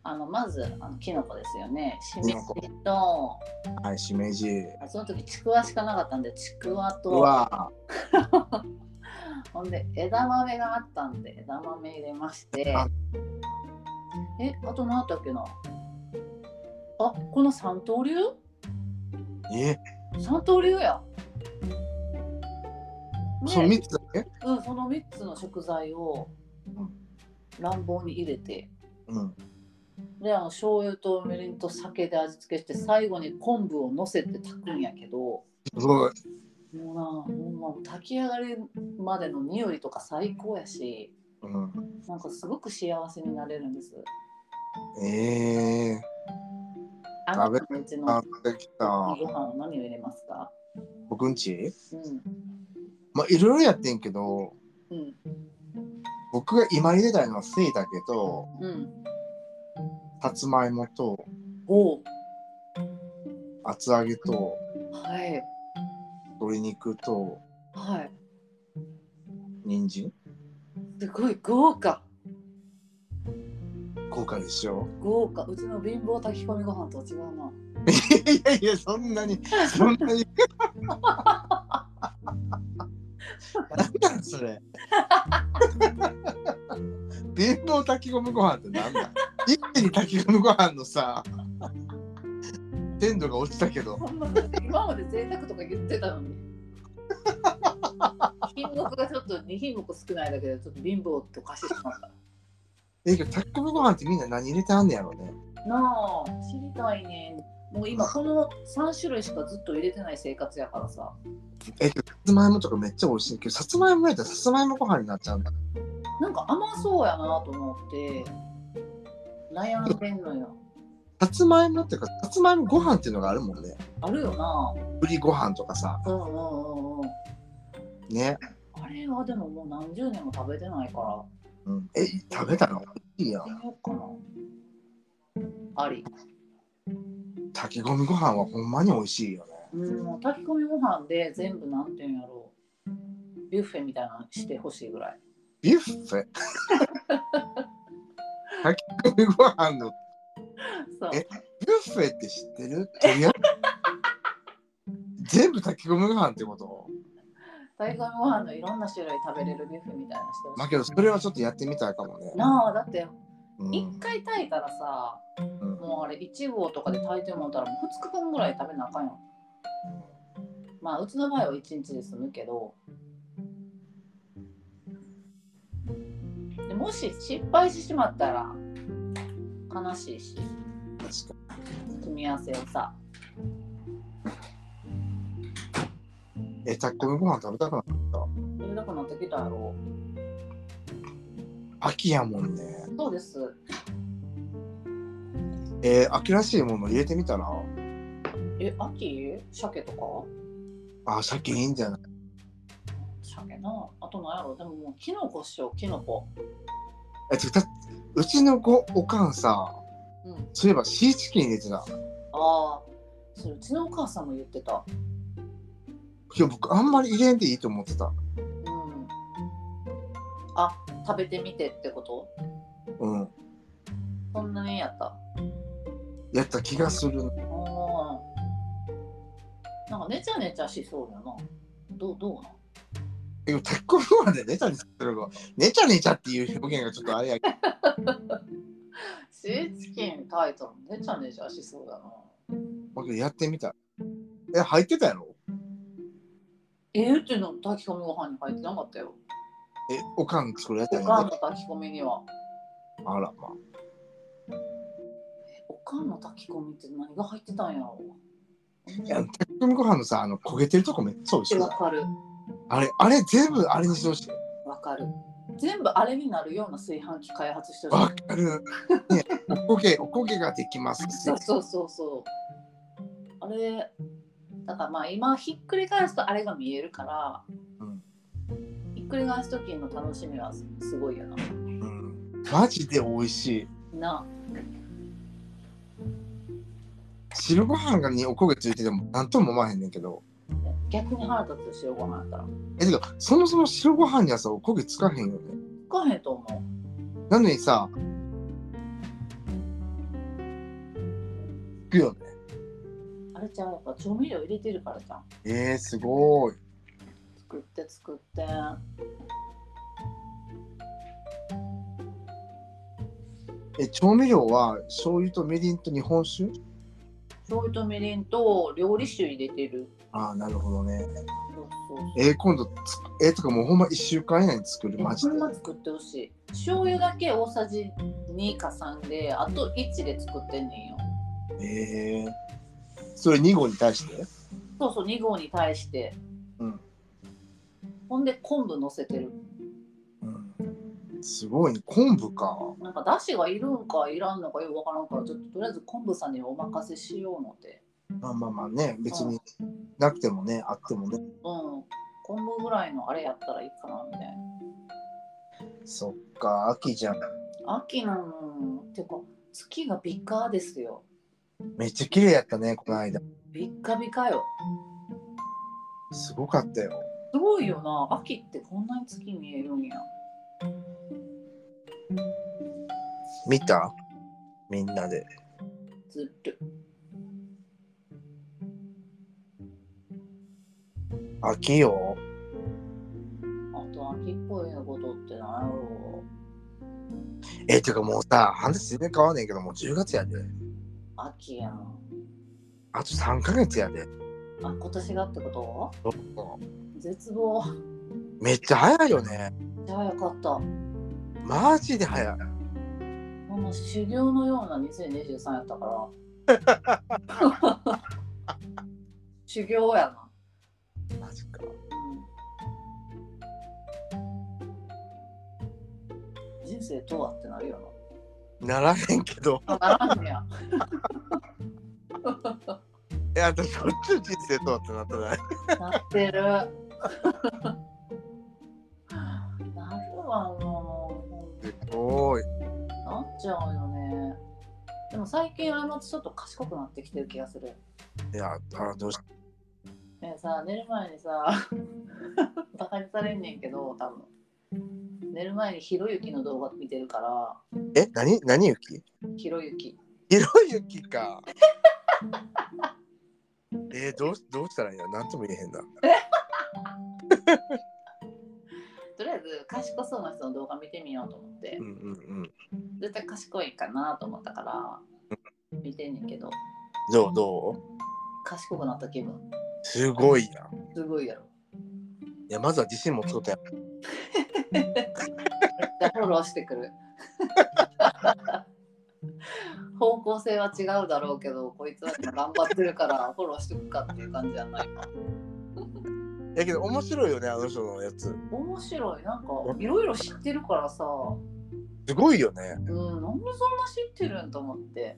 あのまずあのキノコですよねしめキじノコとはいしめじあその時ちくわしかなかったんでちくわうとわほんで枝豆があったんで枝豆入れましてあえあと何だったっけなあこの三刀流え三刀流や、ねその3つだけうん、その3つの食材をうん乱暴に入れてうんであの醤油とみりんと酒で味付けして最後に昆布をのせて炊くんやけどもすごいうなほんま炊き上がりまでの匂いとか最高やしうんなんかすごく幸せになれるんですええあなたのうちー、あの出てきたご飯は何を入れますか僕んちうんまあいろいろやってんけどうん僕が今入れたいのはせいだけどうんさつまいもとおう厚揚げとはい鶏肉とはい人参すごい豪華豪華でしょ豪華うちの貧乏炊き込みご飯とは違うないやいやそんなにそんなに何なんそれ貧乏炊き込みご飯って何だ一気に炊き込みご飯のさ鮮度が落ちたけどほんまだって 今まで贅沢とか言ってた のに。品目がちょっと2品目少ないだけでちょっと貧乏とかしてしまった。えけど炊き込みご飯ってみんな何入れてあんねやろねなあ、知りたいね。も う今この3種類しかずっと入れてない生活やからさ。えけどさつまいもとかめっちゃ美味しいけどさつまいも入れたらさつまいもご飯になっちゃうんだなんか甘そうやなと思って悩んでんのよ。さつまいもっていうかさつまいもご飯っていうのがあるもんねあるよな。ぶりご飯とかさうんうんうんうん。ね、あれはでももう何十年も食べてないから。うん、え食べたのいいややんってみようかな。あり。炊き込みご飯はほんまに美味しいよねうん、炊き込みご飯で全部なんていうんやろうビュッフェみたいなのしてほしいぐらいビュッフ ェ炊き込みご飯のそうえビュッフェって知ってるとりあえず全部炊き込みご飯ってこと炊き込みご飯のいろんな種類食べれるビュッフェみたいなのしてほまあしけどそれはちょっとやってみたいかもねい。なあだってうん一回炊いたらさうんもうあれ1合とかで炊いてもうたらもう2日間ぐらい食べなあかんよまあうちの場合は1日で済むけどでもし失敗してしまったら悲しいし確か組み合わせをさに。え、炊き込みご飯食べたくなった。入力なってきたやろ秋やもんね。そうですえー秋らしいもの入れてみたら、え秋鮭とかあ、鮭いいんじゃない鮭なあとなんやろでももうキノコしようキノコえ、ちょたうちのごおかんさ、うんそういえばシーチキン入れてた。ああそれうちのお母さんも言ってたいや、僕あんまり入れんでいいと思ってた。うんあ食べてみてってことうん。そんなにやったやった気がする。ああ。なんかねちゃねちゃしそうやな。どうどうなん。でも炊き込みご飯でネタにするのが、ネチャネチャっていう表現がちょっとあれやけど、シーチキンタイトルねちゃねちゃしそうだな。まあけどやってみた。え、入ってたやろえうちの炊き込みご飯に入ってなかったよ。え、おかん作るやつおやねかんの炊き込みには。あら、まあ。えおかんの炊き込みって何が入ってたんやろいや炊き込みご飯のさ、あの焦げてるとこめっちゃ美味しえくわないかるあれ、あれ全部あれにしてほしい。わかる。全部あれになるような炊飯器開発してる。わかる。ね、おこげ、おこげができますしそう。そうそうそう。あれだからまあ今ひっくり返すとあれが見えるからうんひっくり返す時の楽しみはすすごいよな。うん、マジで美味しい。な汁ご飯がにおこげついててもなんとも思わへんねんけど。逆に腹立つしよご飯やったらえ、てか、そもそも白ご飯にはさ、おこげつかへんよね。行かへんと思なのにさ、つくよね。うあれちゃうやっぱ調味料入れてるからじゃんえー、すごい。作って作ってえ、調味料は醤油とみりんと日本酒醤油とみりんと料理酒入れてるああ、なるほどね。そうそうそうえー、今度つ、えー、とかもうほんま1週間以内に作る、えマジそでん。な作ってほしい醤油だけ大さじ2か3であと1で作ってんねんよえー、それ2合に対してそうそう2合に対してうんほんで昆布のせてるうんすごいね昆布かなんかだしがいるんかいらんのかよくわからんからちょっととりあえず昆布さんにお任せしようのでまあまあまあね別になくてもねあってもねうん昆布ぐらいのあれやったらいいかなみたいなそっか秋じゃん秋なのてか月がビカですよめっちゃ綺麗やったねこの間ビッカビカよすごかったよすごいよな秋ってこんなに月見えるんや見たみんなでずる秋よあと秋っぽいことってなんやろうえてかもうさ話全然変わんねんけどもう10月やで秋やんあと3ヶ月やであ今年がってこと絶望めめっっちゃ早いよねちゃ早かったこマジで早いの修行のような2023やったから 修行やな、マジかうん人生とはってなるよなならへんけどあならんねや。え私こっちの人生とはってなったらなってる。 なるわもすごい。う。なっちゃうよね。でも最近あのちょっと賢くなってきてる気がする。いや、あどうしねえさ寝る前にさ バカにされんねんけど多分寝る前にひろゆきの動画見てるからえ、何何雪ひろゆきひろゆきか。 えー、どうどうしたらいいのなんとも言えへんな。ず賢そうな人の動画見てみようと思ってうんうんうん。絶対賢いかなと思ったから見てんねんけどどうどう賢くなった気分すごいな。すごいやろいや、まずは自信持つことや。めっちゃフォローしてくる方向性は違うだろうけどこいつは頑張ってるからフォローしてくかっていう感じじゃないやけど面白いよね、あの人のやつ。面白いなんかいろいろ知ってるからさすごいよね。うんなんでそんな知ってるんと思って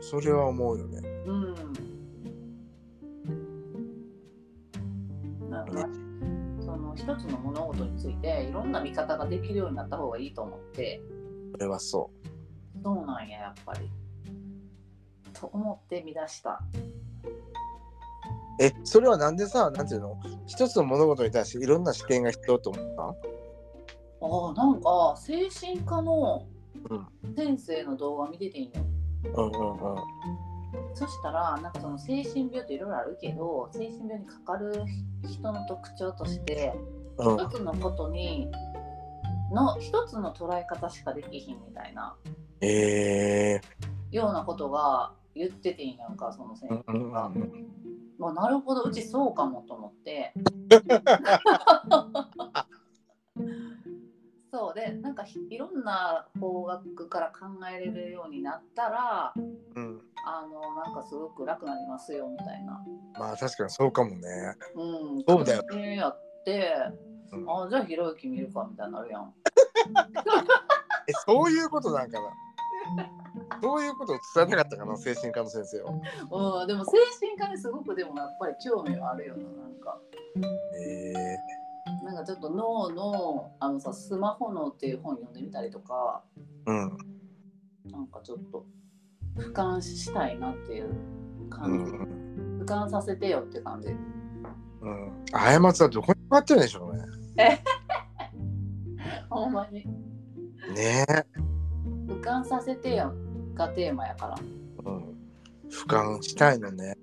それは思うよね。うんなんかその一つの物事についていろんな見方ができるようになった方がいいと思ってそれはそそうなんややっぱりと思って見出したう。え、それはなんでさ、なんていうの一つの物事に対していろんな視点が必要と思っあーなんか精神科のうん先生の動画見てていいの、たうんうんうん。そしたらなんかその精神病っていろいろあるけど精神病にかかる人の特徴としてうん、一つのことにの一つの捉え方しかできひんみたいなえようなことが言ってていいんやんかその先ー、う生んうんが、うんうんまあ、なるほどうちそうかもと思って。 そうでなんかひいろんな方角から考えれるようになったらうんあのなんかすごく楽になりますよみたいな。まあ確かにそうかもね。うん、そうだよ感じやって、うんあじゃあひろゆき見るかみたいになるやん。え、そういうことなんかな。そういうことを伝えなかったかな、精神科の先生は。うん、でも精神科にすごくでもやっぱり興味はあるよななんか。えなんかちょっと脳のあのさ「スマホ脳」っていう本読んでみたりとかー、うん。なんかちょっと俯瞰したいなっていうう感じ、ん。俯瞰させてよって感じうん。過ちはどこに向かってるんでしょうね。ほんまにねえ。俯瞰させてよがテーマやからうん。俯瞰したいのね。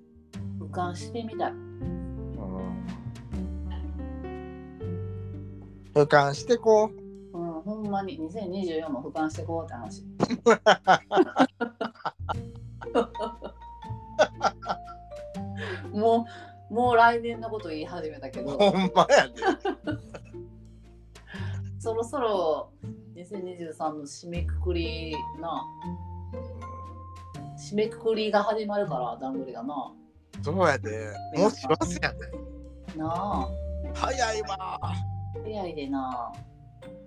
俯瞰してみたいうん。俯瞰してこう。うん、ほんまに2024も俯瞰してこうっ て話。もう、もう来年のこと言い始めたけど、ほんまやで。そろそろ2023の締めくくりな、締めくくりが始まるから、段取りがな。そうやで。もうしますやで。なあ、早いわ早いでな。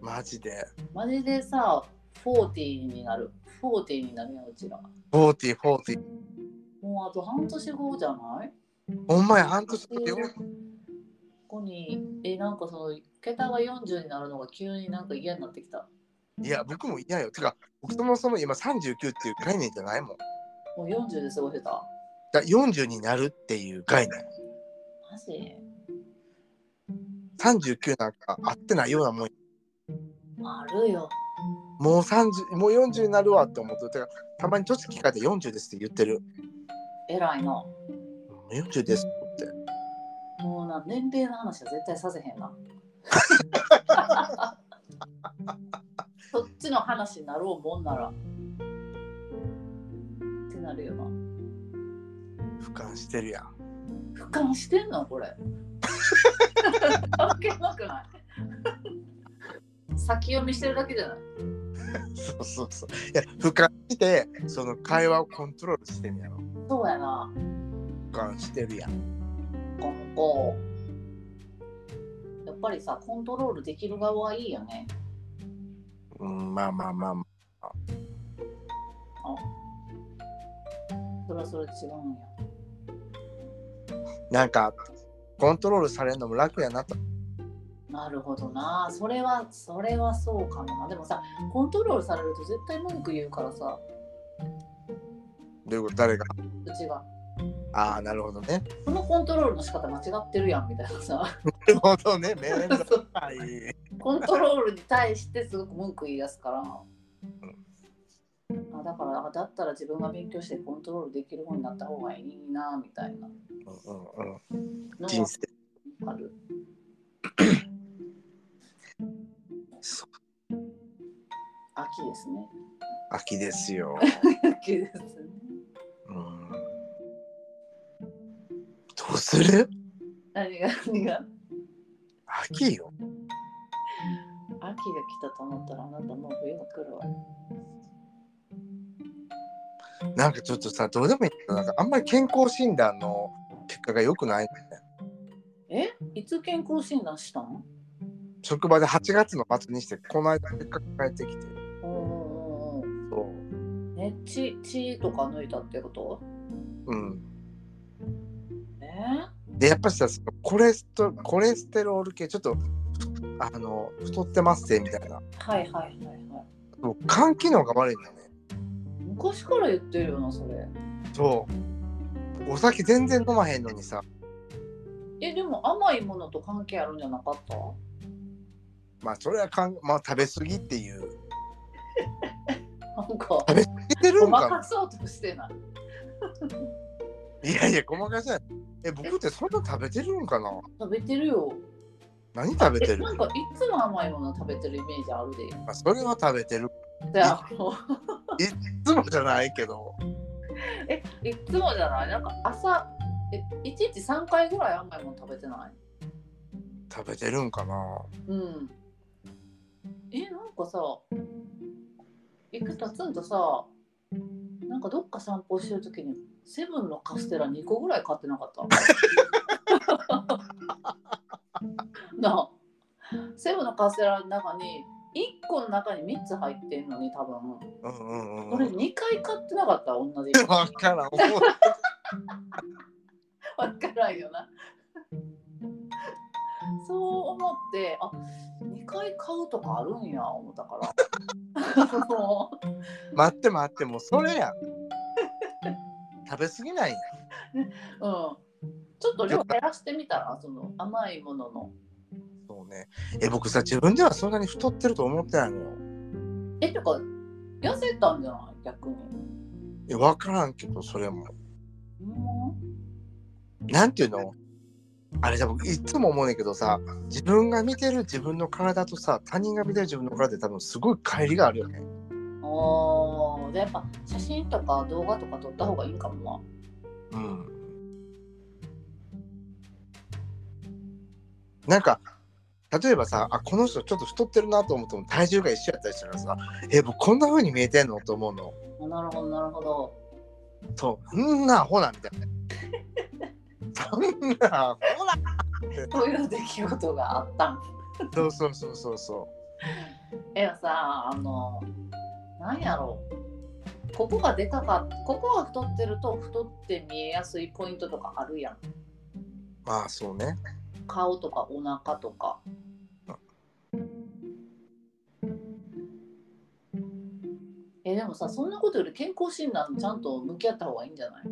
マジで。マジでさ、40になる。40になるやん、うちら。 40、40。もうあと半年後じゃないほんまや、半年でよ。ここにえなんかその桁が40になるのが急になんか嫌になってきたいや、僕も嫌よ。てか、僕そもそも今39っていう概念じゃないもん。もう40で過ごしてただ40になるっていう概念。マジ39なんか合ってないようなもん。あるよもう30、もう40になるわって思ってる。てか、たまに年聞かれて40ですって言ってる。偉いな40です。もうな年齢の話は絶対させへんなそっちの話になろうもんならってなるよな俯瞰してるやん。俯瞰してんのこれ関係なくない先読みしてるだけじゃないそうそうそう。いや、俯瞰して、その会話をコントロールしてるやろ。そうやな俯瞰してるやん。なんかやっぱりさコントロールできる側はいいよねうん、まあまあまあまあ。それはそれで違うんやなんか、コントロールされるのも楽やなと。なるほどなそれはそれはそうかもなでもさコントロールされると絶対文句言うからさどういうこと誰が。うちがああ、なるほどね。 そのコントロールの仕方間違ってるやんみたいなさなるほどね、めんどくさい。コントロールに対してすごく文句言い出すからあだからあだったら自分が勉強してコントロールできる方になった方がいいなみたいなうんうんうん、の人は生。あるですね。秋ですよ。秋ですね。うんどうする何が何が秋よ。秋が来たと思ったらあなたもう冬が来るわ。なんかちょっとさ、どうでもいいけど、なんかあんまり健康診断の結果が良くないんだよね。えいつ健康診断したん職場で8月の末にして、この間結果返ってきて。おうおうおうおうそう。ね血血とか抜いたってことうん。ねで、やっぱしさ、そのコレステロコレステロール系、ちょっと、あの、太ってますぜ、みたいな。はいはいはいはい。そう肝機能が悪いんだよね。昔から言ってるよなそれ。そう。お酒全然飲まへんのにさ、えでも甘いものと関係あるんじゃなかったまあ、それはかん、まあ、食べ過ぎっていう。なんか食べ過ぎてるごんまかかそうとしてない。ないやいや、ごまかしない。え、僕ってそんな食べてるんかな食べてるよ。何食べてえるなんかいつも甘いもの食べてるイメージあるで。まあ、それは食べてる。じゃあもういつもじゃないけど。えいつもじゃないなんか朝え一日3回ぐらい甘いもの食べてない食べてるんかなうんえなんかさいくたつんとさなんかどっか散歩してる時にセブンのカステラ2個ぐらい買ってなかった なあセブンのカステラの中に1個の中に3つ入ってんのに多分うんうんこうん。れ2回買ってなかった同じ わからん。思う わからんよな。そう思って、あ、二回買うとかあるんや思ったから。 も待って待って、もうそれやん。食べ過ぎないやんう、うん。ちょっと量減らしてみたら、その甘いものの。そうね。え、僕さ、自分ではそんなに太ってると思ってないのよ。え、てか、痩せたんじゃない逆に。え、わからんけど、それも。うんなんていうのあれじゃ僕いつも思うねんけどさ自分が見てる自分の体とさ他人が見てる自分の体って多分すごい乖離があるよねああ、でやっぱ写真とか動画とか撮った方がいいかもな。うんなんか例えばさあこの人ちょっと太ってるなと思っても体重が一緒やったりしたらさえ僕こんな風に見えてんのと思うのあなるほど、なるほど。そうそんなアホなみたいなそんなアホなそういう出来事があったんそうそうそうそうそえさあのなんやろうここがでかかここが太ってると太って見えやすいポイントとかあるやんうまあそうね顔とかお腹とかえでもさそんなことより健康診断ちゃんと向き合った方がいいんじゃない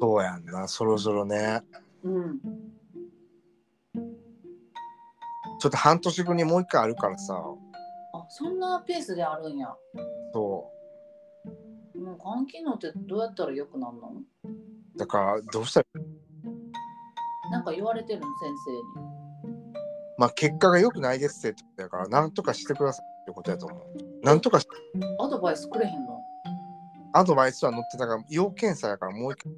そうやんなそろそろねうんちょっと半年後にもう一回あるからさ、あそんなペースであるんやそもう肝機能ってどうやったら良くなるのう。だから、どうしたら、なんか言われてるの先生にまあ、結果が良くないですってことやから、なんとかしてくださいってことやと思う。なんとかしアドバイスくれへんのアドバイスは載ってたから、要検査やから、もう一回。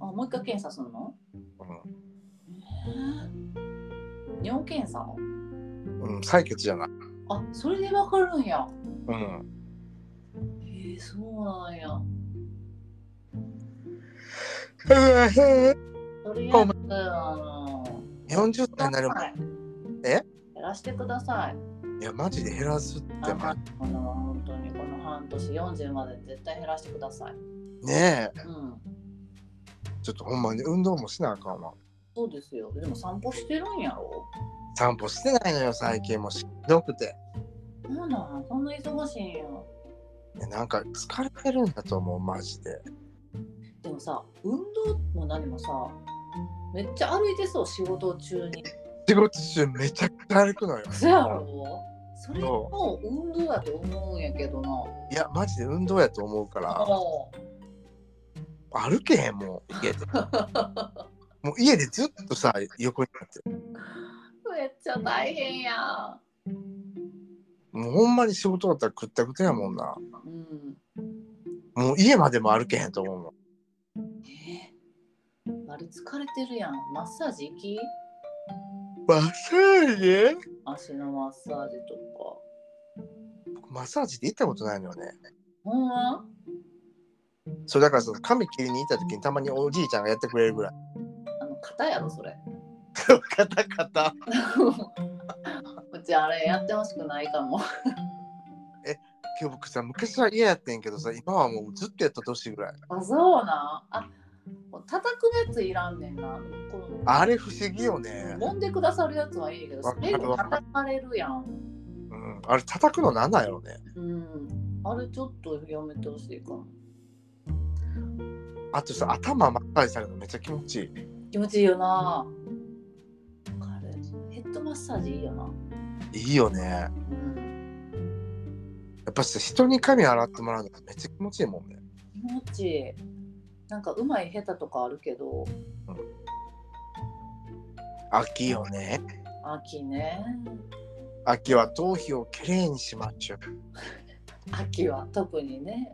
あもう一回検査するのう尿検査ん、うん、採血じゃない。あそれでわかるんやうん。へえそうなんやとりあえずあの40歳になるまではいえ減らしてくださいいや、マジで減らすって、あまのこの本当にこの半年40まで絶対減らしてくださいねえ、うんちょっとほんまに運動もしなあかんわ。そうですよでも散歩してるんやろ散歩してないのよ、最近もしんどくて。そうなんそんな忙しいんやいやなんか疲れてるんだと思う、マジで。でもさ運動も何もさめっちゃ歩いてそう仕事中に仕事中めちゃくちゃ歩くのよ。そやろそれも運動だと思うんやけどないや、マジで運動やと思うから、もう歩けへん、もう、 家で。もう家でずっとさ、横になってる。めっちゃ大変やんもうほんまに仕事だったらくったくたやもんな。うんもう家までも歩けへんと思うもん。えー、あれ疲れてるやんマッサージ行きマッサージ足のマッサージとか僕マッサージって行ったことないのよね。ほんまそうだからその髪切りに行った時にたまにおじいちゃんがやってくれるぐらい。 あの肩やろそれ カタカタ。うちあれやってほしくないかも今日僕さ、昔は嫌やってんけどさ、今はもうずっとやった年ぐらい。あそうなんあ叩くやついらんねんなこのあれ不思議よね。揉んでくださるやつはいいけどわそかるれ以上叩かれるやんうん。あれ叩くのなんなんやろね。うんあれちょっとやめてほしいかもあとさ、頭マッサージされるのめっちゃ気持ちいい。気持ちいいよなわかるヘッドマッサージいいよないいよね。うんやっぱさ人に髪洗ってもらうのがめっちゃ気持ちいいもんね。気持ちいいなんかうまい下手とかあるけど秋よね。秋ね秋は頭皮をきれいにしまっちゅう。秋は特にね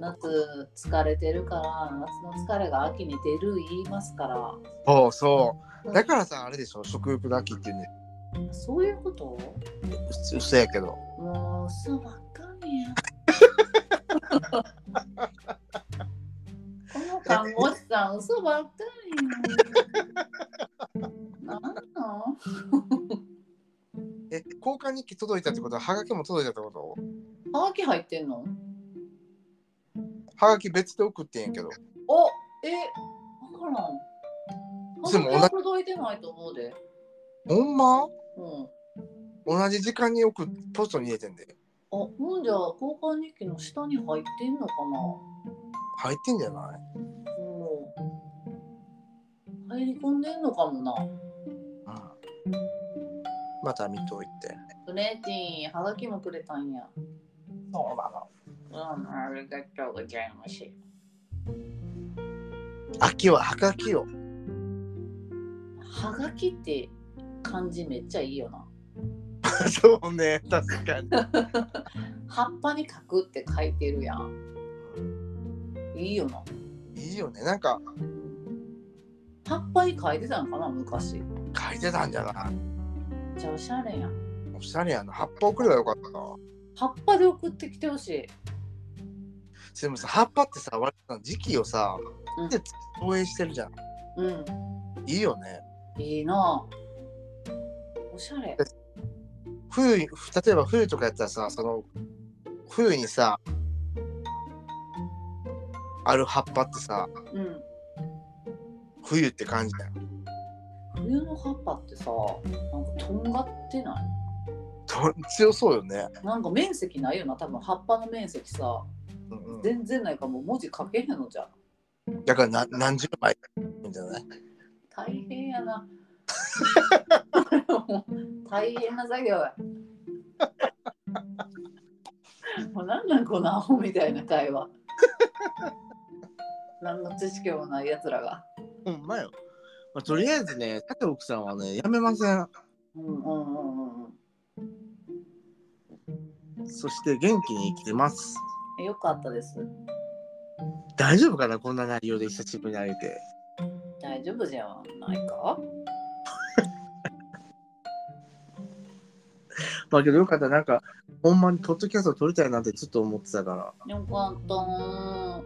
夏疲れてるから夏の疲れが秋に出る言いますからそうそう。だからさ、あれでしょ、食欲の秋ってね、そういうことう嘘やけど。もうそうばっかりや この看護師さん嘘ばっかりやなんなんえ、交換日記届いたってことは、はがきも届いたってことはがき入ってんのはがき別で送ってんやけど。おえわからんいつも同じはがきは届いてないと思うでほんまうん同じ時間に送っポストに入れてんで。あ、もんじゃ交換日記の下に入ってんのかな。入ってんじゃないもう入り込んでんのかもな。また見といて。フレーチン、はがきもくれたんや。そうなの。うん、ありがとうございます。秋ははがきよ。はがきって漢字めっちゃいいよな。 そうね、確かに。葉っぱに書くって書いてるやん。いいよな。いいよね。なんか葉っぱに書いてたんかな、昔。め書いてたんじゃないっちゃおしゃれやん。おしゃれやな。葉っぱ送ればよかったな。葉っぱで送ってきてほしい。でもさ、葉っぱってさ、割とさ時期をさうん、で応援してるじゃん。うん。いいよね。いいなあ。おしゃれ。冬に、例えば冬とかやったらさ、その、冬にさ、ある葉っぱってさ、うん。冬って感じだよ。冬の葉っぱってさなんかとんがってなと強そうよね。いなんか面積ないよな多分葉っぱの面積さうんう全然ないからもう文字書けへんのじゃんん、だからな何十枚みたいなね。大変やな もう大変な作業や もうなんなんこのアホみたいな会話 何の知識もないやつらがほんまよ。まあ、とりあえずね、佐藤奥さんはね、やめません。うんうんうんうんうそして元気に生きてます。んよかったです大丈夫かなこんな内容で久しぶりに会えて。大丈夫じゃないかまあけどよかった。なんか、ほんまにポッドキャスト撮りたいなってずっと思ってたから。よかったー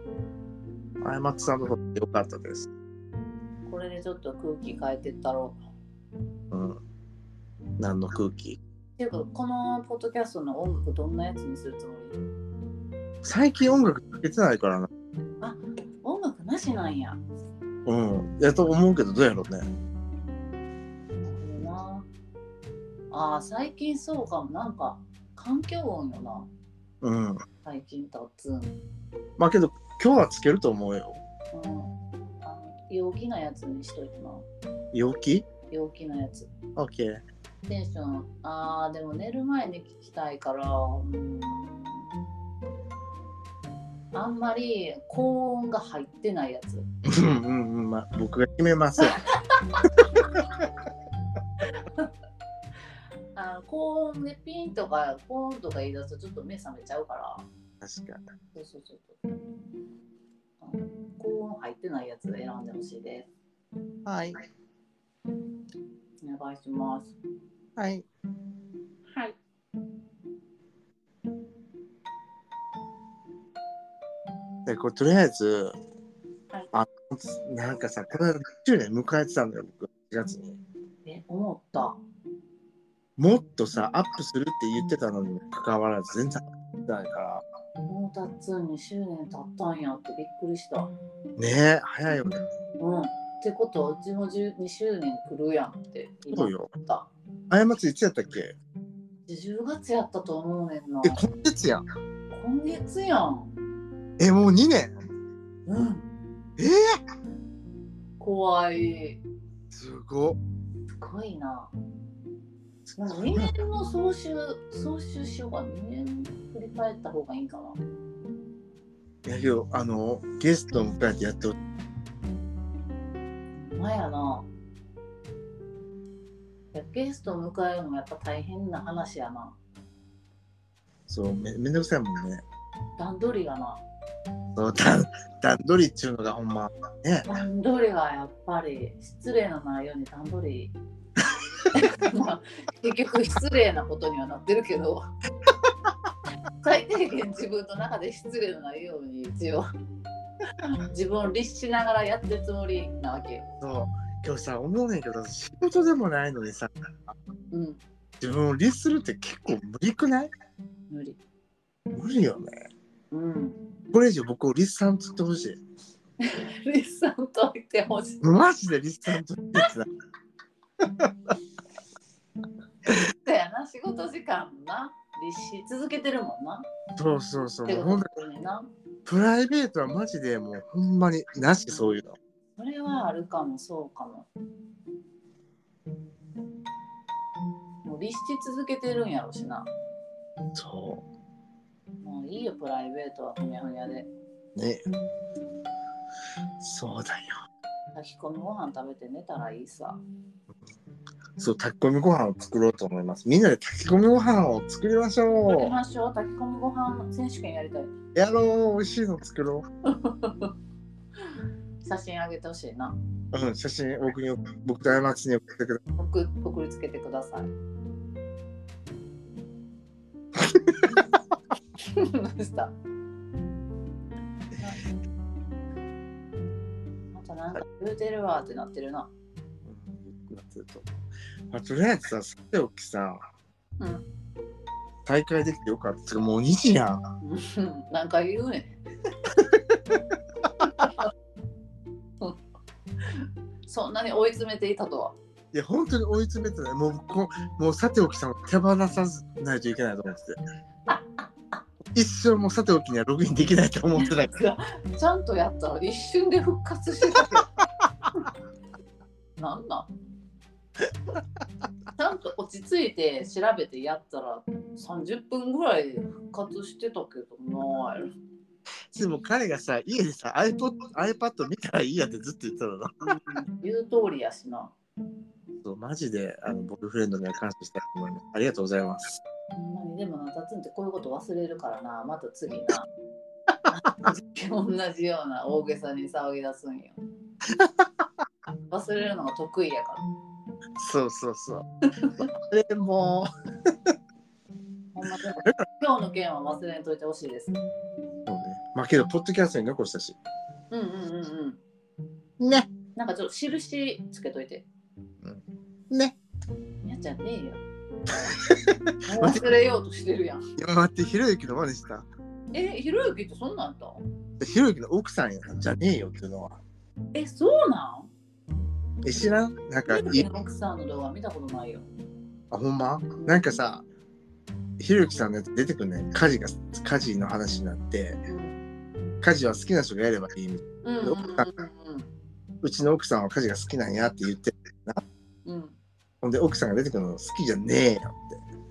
あやまつさんのことってよかったです。これでちょっと空気変えてったろうか。っうん。何の空気ていうか、このポッドキャストの音楽どんなやつにするつもり最近音楽かけてないからな。音楽なしなんや。うん。やと思うけど、どうやろうね。なるほどな。ああ、最近そうかも。なんか、環境音よな。うん。最近たつん。うん。まあけど、今日はつけると思うよ。あの、陽気なやつにしといてな。陽気陽気なやつ。 ?OK。テンション。ああ、でも寝る前に聞きたいから、うん。あんまり高音が入ってないやつ。うんうんうん。まあ、僕が決めますよ。あな高音でピンとかコーンとか言い出すとちょっと目覚めちゃうから確かに。そうそうそうそうあの高音入ってないやつ選んでほしいではい。すお願いしますはい。はいで、これとりあえず、はいあなんかさ、この間10年迎えてたんだよ、僕、4月に。え思ったもっとさ、アップするって言ってたのにもかかわらず、全然アップしてないから。もうたっつん2周年経ったんやってびっくりしたねえ、早いよね。うんってことはうちも10 2周年来るやんって今そうよ思った過ちいつやったっけ10月やったと思うねんなえ、今月やん。今月やんえ、もう2年。うんえ怖ー、いすごっ。すごいなすなんかごい2な年の総集総集しようか2年振り返った方がいいかないやけど、あの、ゲストを迎えてやってほしいほんまやないやゲストを迎えるのもやっぱ大変な話やなそうめ、めんどくさいもんね。段取りがなそう、段段取りっちゅうのがほんま、ね。段取りがやっぱり失礼のないように段 取りまあ結局失礼なことにはなってるけど最低限自分の中で失礼のないように一応自分を律しながらやってるつもりなわけよ。そう。今日さ、思うねんけど、仕事でもないのにさ、うん自分を律するって結構無理くない無理無理よね。うん、これ以上僕を律さんとってほしい。リスさんといてほしい。マジで律さんとってほしい。そやな、仕事時間もな、律し続けてるもんな。そうそうそう。ってもこうほんととにな。プライベートはマジでもうほんまになしそういうの。それはあるかもそうかも。もう律し続けてるんやろしな。そもういいよ、プライベートはふにゃふにゃで。う。ね。そうだよ。炊き込みご飯食べて寝たらいいさ。そう、炊き込みご飯を作ろうと思います。みんなで炊き込みご飯を作りまし行きょましょう、炊き込みご飯選手権やりたい。う。やろう。美味しいの作ろ写真あげてほしいな。う。うん、写真僕に送僕と過ちに送ってくだ送送りつけてください。どうした。またなんか言うてるわってなってるな。うんなってると思うまあ、とりあえずさ、さておきさ、うん大会できてよかった。もう2時やん。なんか言うねん。そんなに追い詰めていたとは。いや、本当に追い詰めてない。もう、こもうさておきさんを手放さないといけないと思ってて。一生もうさておきにはログインできないと思ってたから。 ちゃんとやったら一瞬で復活してたけどなんなんちゃんと落ち着いて調べてやったら30分ぐらいで復活してたけどなでも彼がさ、家でさ、iPod、iPad 見たらいいやってずっと言ってたのな。言う通りやしなそう、マジで、あの、ボーイフレンドには感謝したいと思います。ありがとうございます。ほんまにでもなタツンってこういうこと忘れるからなまた次 な同じような大げさに騒ぎ出すんよ忘れるのが得意やからそうそうそう。 でも、ほんまでも今日の件は忘れんといてほしいですそうね。まあけど、ポッドキャストに残したし。うんうんうんうんね。なんかちょっと印つけといて。ね。やっちゃんね えよ。もう忘れようとしてるやん。今待って、ひろゆきの真似した。え、ひろゆきってそんなんあったひろゆきの奥さんやじゃねえよっていうのは。え、そうなんえ、知らんなんひか、ろいゆきの奥さんの動画見たことないよ。あ、ほんまなんかさ、ひろゆきさんのやつ出てくんねん。家事が、家事の話になって、うん。家事は好きな人がやればいいみたいな。うんうんうちの奥さんは家事が好きなんやって言ってる。うんうん。ほんで、奥さんが出てくるの好きじゃねえよって。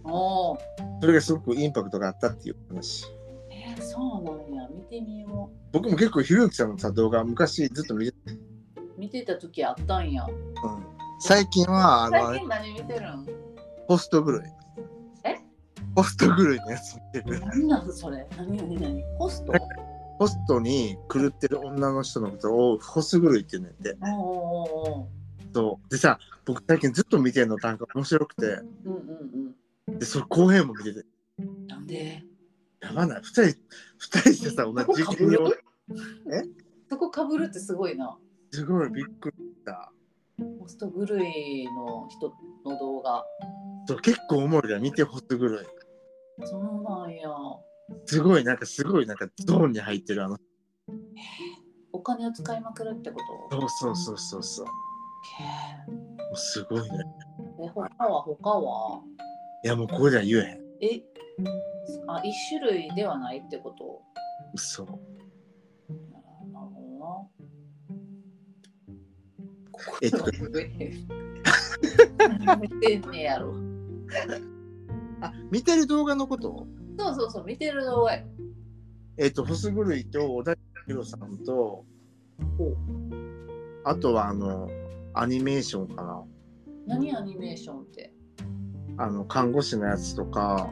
うん。おお。それがすごくインパクトがあったっていう話。えー、そうなんや。見てみよ僕も結構ひろゆきさんのさ動画昔ずっと見てう。見てた時あったんや。うん、最近はあのあ最れ近何見てるんホスト狂いホスト狂いのやつ見てる何なのそれ何何何ホストホストに狂ってる女の人のことをホス狂いって言うねんておーおそうでさ僕最近ずっと見てんのなんか面白くてーおーうんうんでそれ後編も見ててうんなんでやばない二人二人してさ同じそこ事被る件をそこかぶるってすごいなすごいびっくりしたホスト狂いの人の動画そう結構おもろいから見てホス狂いそうなんやすごいなんかすごいなんかゾーンに入ってるあのお金を使いまくるってことそうそうそうそうそうもへーうすごいねえ他は他はいやもうここでは言えへんえあ一種類ではないってことそうなるほえ どな。見てんねやろ。あ見てる動画のことそうそうそう、見てる動画や。えっ、とホス狂いと小田切さんとおあとはあのアニメーションかな何アニメーションって。あの看護師のやつとか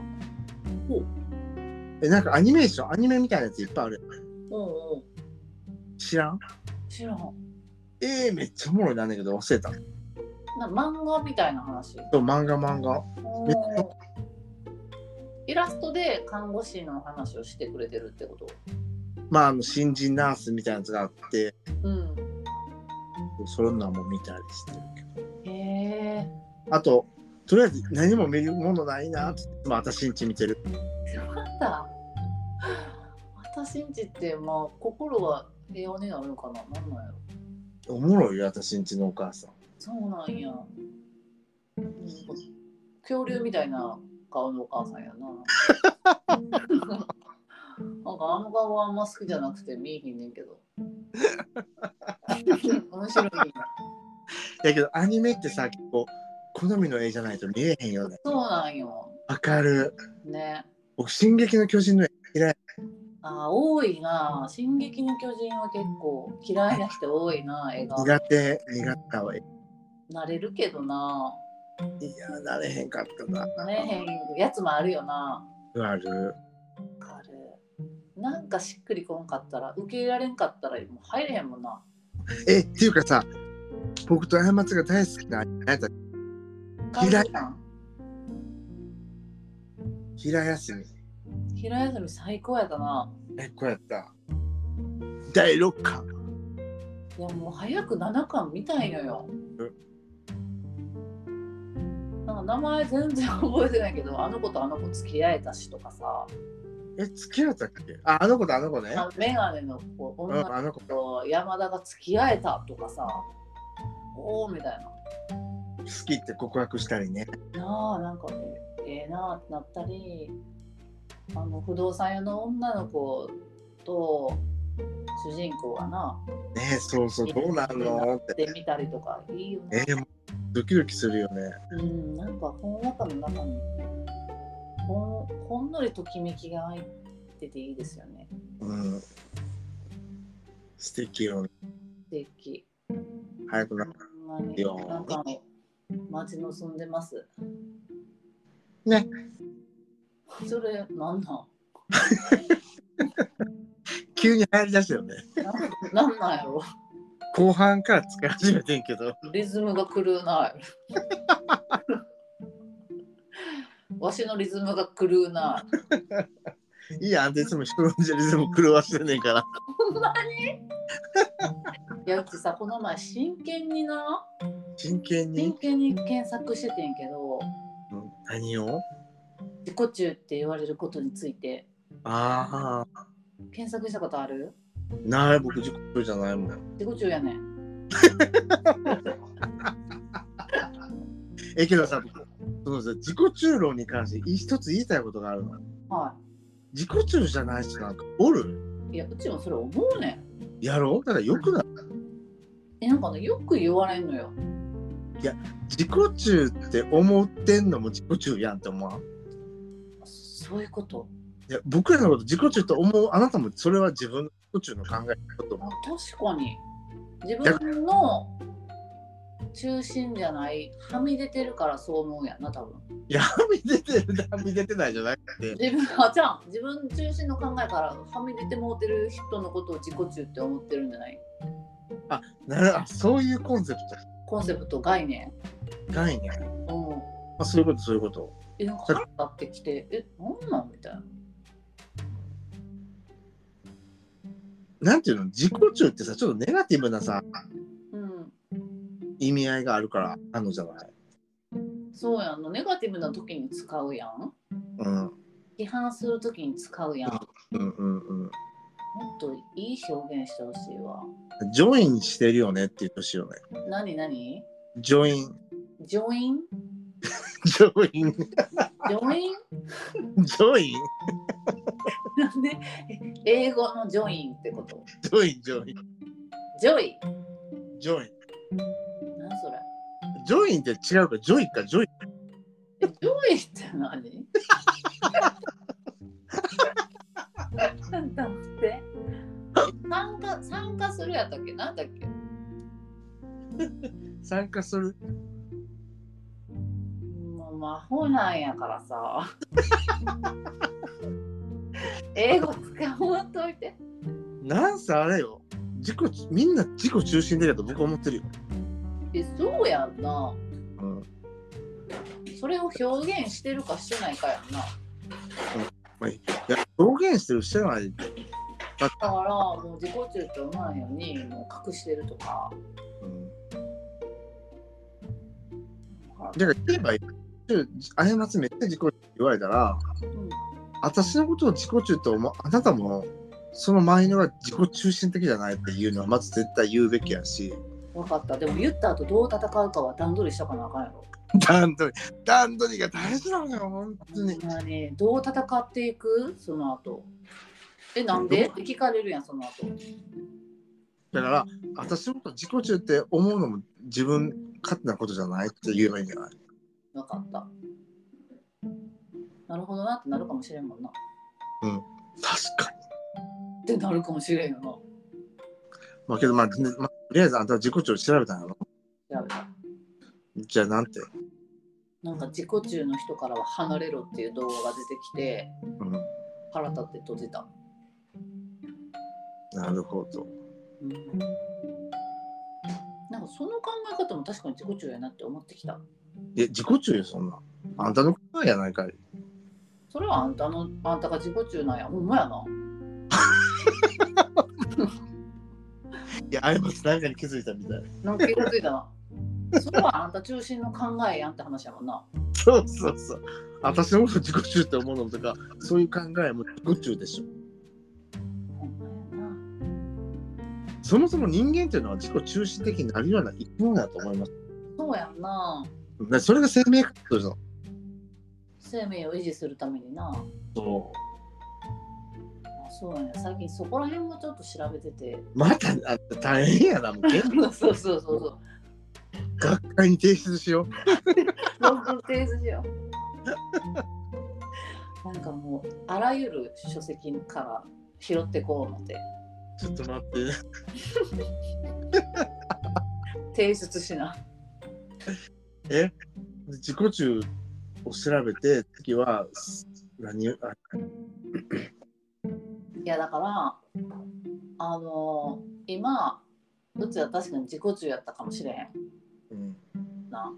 おえなんかアニメーションアニメみたいなやついっぱいあるうんう知らんん。知らん。えー、めっちゃおもろいなんだけど忘れたそうな漫画みたいな話。漫画漫画おめっーイラストで看護師の話をしてくれてるってこと。まああの新人ナースみたいなやつがあってうん。そういうのも見たりしてるけどへえ。あととりあえず何も見るものないなって、まあ、私んち見てるなんだ。私んちって、まあ、心は平和になるのかな。なんなんやろ。おもろいよ私んちのお母さんそうなんや。恐竜みたいな顔のお母さんやな。なんかあの顔はあんま好きじゃなくて見えひんねん けど。面白いな。だけどアニメってさ結構好みの絵じゃないと見えへんよねそうなんよ。わかるね。僕「進撃の巨人」の絵あ多いな。進撃の巨人は結構嫌いな人多いな、映画。苦手苦手はなれるけどな。いやなれへんかったな、ねへんやつもあるよな。あるわかるなんかしっくりこんかったら、受け入れられんかったらもう入れへんもんな。えっていうかさ僕と過ちが大好きな何やったっけ嫌いなん平休み平休み最高やったな。えこうやった第6巻いやもう早く7巻見たいのよ。なんか名前全然覚えてないけど、あの子とあの子付き合えたしとかさ、え付き合ったっけああの子とあの子ねあメガネの子う女んのあの子子と山田が付き合えたとかさ、おおみたい好きって告白したりねな。なあ、なんかね、ええなあってなったり、あの不動産屋の女の子と主人公がな、ねそうそうどうなんのってで見たりとか、いいよね。えもうドキドキするよねうん、なんかこの中の中にほんほんのりときめきが入ってていいですよね。うん素敵よね素敵。早くほなんまにいやなんか待ち望んでます。ね。それなんなん 急に流行りだしたよねなんなんやろ後半から使い始めてんけど リズムが狂うない。 わしのリズムが狂うない。いいやあんたいつも人のジャリズム狂わしてんねんからほんま にいやうちさこの前真剣にな真剣真に、剣に検索しててんけどうん何を自己中って言われることについてああ検索したことあるない僕自己中じゃないもん自己中やねん。えけどさ僕そのさ自己中論に関して一つ言いたいことがあるのは自己中じゃない人なんかおるい。いやうちもそれ思うねやろうだからよくないん。えなんかねよく言われんのよ。自己中って思ってんのも自己中やんって思わんそういうこと。いや僕らのこと自己中と思うあなたもそれは自分の自己中の考えだと思あ確かに自分の中心じゃないはみ出てるからそう思うんやな多分いや、はみ出てる、はみ出てないじゃなくて、自分あじゃん自分中心の考えからはみ出てもうてる人のことを自己中って思ってるんじゃないならそういうコンセプコンセプト概念ト、概念。うんあ、そういうこと、そういうこと。えなんか腹立ってきてえなんなんみたいななんていうの、自己中ってさ、ちょっとネガティブなさ、うん意味合いがあるから、あんのじゃない。そうやんのネガティブな時に使うやんうん、批判する時に使うやんもうん、うん、っといい表現してほしいわうん。ジョインしてるよねって言ってほしいよね。何何ジョイン、ジョインジョイン、ジョインジョイン、なんでえ英語のジョインってことジョイン、ジョイン、ジョイジョイン。何それジョインって違うか、ジョイか、ジョイ。えジョイって 何だって参加参加するやったっけ何だっけ参加する。もう魔法なんやから さ英語使わんといてなんせあれよ。自己、みんな自己中心的だと僕は思ってるよ。えそうやんなうん。それを表現してるかしてないかやんないや、表現してるしてないって。だからもう自己中って思わんようにもう隠してるとかうんだから言えばいい。あやまつめっちゃ自己中って言われたら、うん私のことを自己中と思う、あなたも、そのマインドが自己中心的じゃないっていうのはまず絶対言うべきやし、分かったでも言った後どう戦うかは段取りしたかなあかんやろ段取り、段取りが大事なのよ、本当に。ほんまにどう戦っていくその後えなんでって聞かれるやんその後だから、私のことを自己中って思うのも自分勝手なことじゃないって言えばいいんじゃない分かったなるほどなってなるかもしれんもんなっ確かに。てなるかもしれんよなまあけど、まあ、ねまあ、とりあえずあんたは自己中を調べたんやろ調べたじゃあなんて。なんか自己中の人からは離れろっていう動画が出てきてうん。腹立って閉じた、なるほど。うん、なんかその考え方も確かに自己中やなって思ってきたえ、自己中よ、そんなん。あんたのことやないかい。それはあんたのあんたが自己中なんやほんまやないや、あいます、何かに気づいたみたい。なんか気がついたなそれはあんた中心の考えやんって話やもんなそうそうそう。私のこと自己中って思うのとか、そういう考えも自己中でしょ。ほんまやなそもそも人間っていうのは自己中心的になるような生き物だと思います。そうやんなねそれが生命活動じゃん。生命を維持するためになそあそうやね最近そこら辺もちょっと調べててう。また、あ大変やな、もう。原そうそうそうそう学会に提出しよ論文提出し ようなんかもうあらゆる書籍から拾ってこうのてう。ちょっと待って。提出しなえ自己中を調べて、次は、す何あいやだからあの今うちは確かに自己中やったかもしれへんうん、な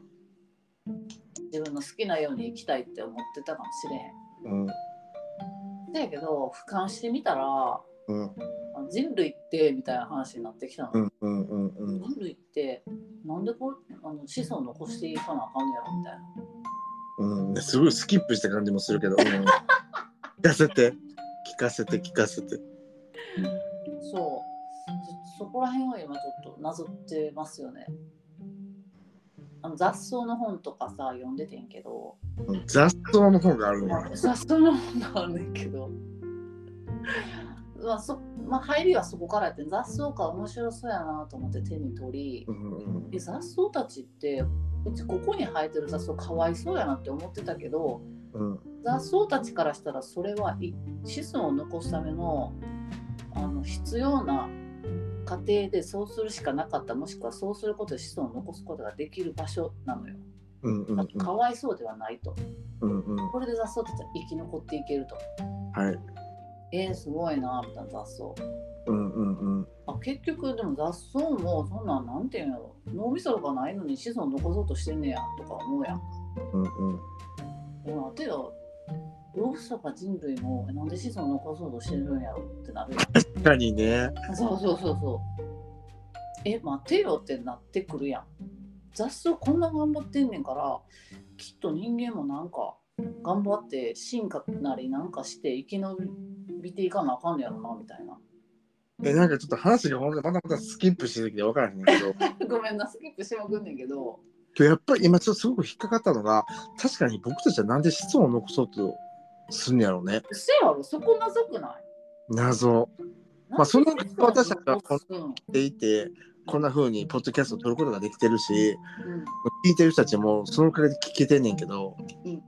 自分の好きなように生きたいって思ってたかもしれへうん、ん。だけど俯瞰してみたらうん、あ人類ってみたいな話になってきたの。うん、うん、うん、うん。人類ってなんでこうあの子孫残していかなあかんのやろみたいうな。ん、すごいスキップした感じもするけど、うん聞かせて聞かせて聞かせてそうそそこら辺は今ちょっとなぞってますよね。あの雑草の本とかさ読んでてんけどうん雑草の方があるまわあ雑草の本があんねんけど。 まあそまあ、入りはそこからやってん雑草か面白そうやなと思って手に取り、うんうんで雑草たちってうちここに生えてる雑草かわいそうやなって思ってたけどうん雑草たちからしたらそれはい子孫を残すためのあの必要な家庭でそうするしかなかったもしくはそうすることで子孫を残すことができる場所なのよ。うんうんだからかわいそうではないと。うんうんこれで雑草たちは生き残っていけると。はいえー、すごいなみたいな雑草。うんうんうんあ結局でも雑草もそんなんなんていうんやろ脳みそがないのに子孫残そうとしてんねやとか思うやん。うんうんでも待てよ動物とか人類もえなんで子孫残そうとしてるんやろってなるや確かにねんそうそうそうそうえ待てよってなってくるやん雑草こんな頑張ってんねんからきっと人間もなんか頑張って進化なりなんかして生き延びていかなあかんねやろなみたいなえなんかちょっと話がほんとまだまだスキップしてきて分からへんけど今 ごめんなスキップしまくんねんけど日やっぱり今ちょっとすごく引っかかったのが確かに僕たちはなんで子孫を残そうとするんやろうねせやろそこ謎くない謎まあなんでその子孫私たちは残すんでいてこんな風にポッドキャストを撮ることができてるしうん聞いてる人たちもそのおかげで聞けてんねんけど、うん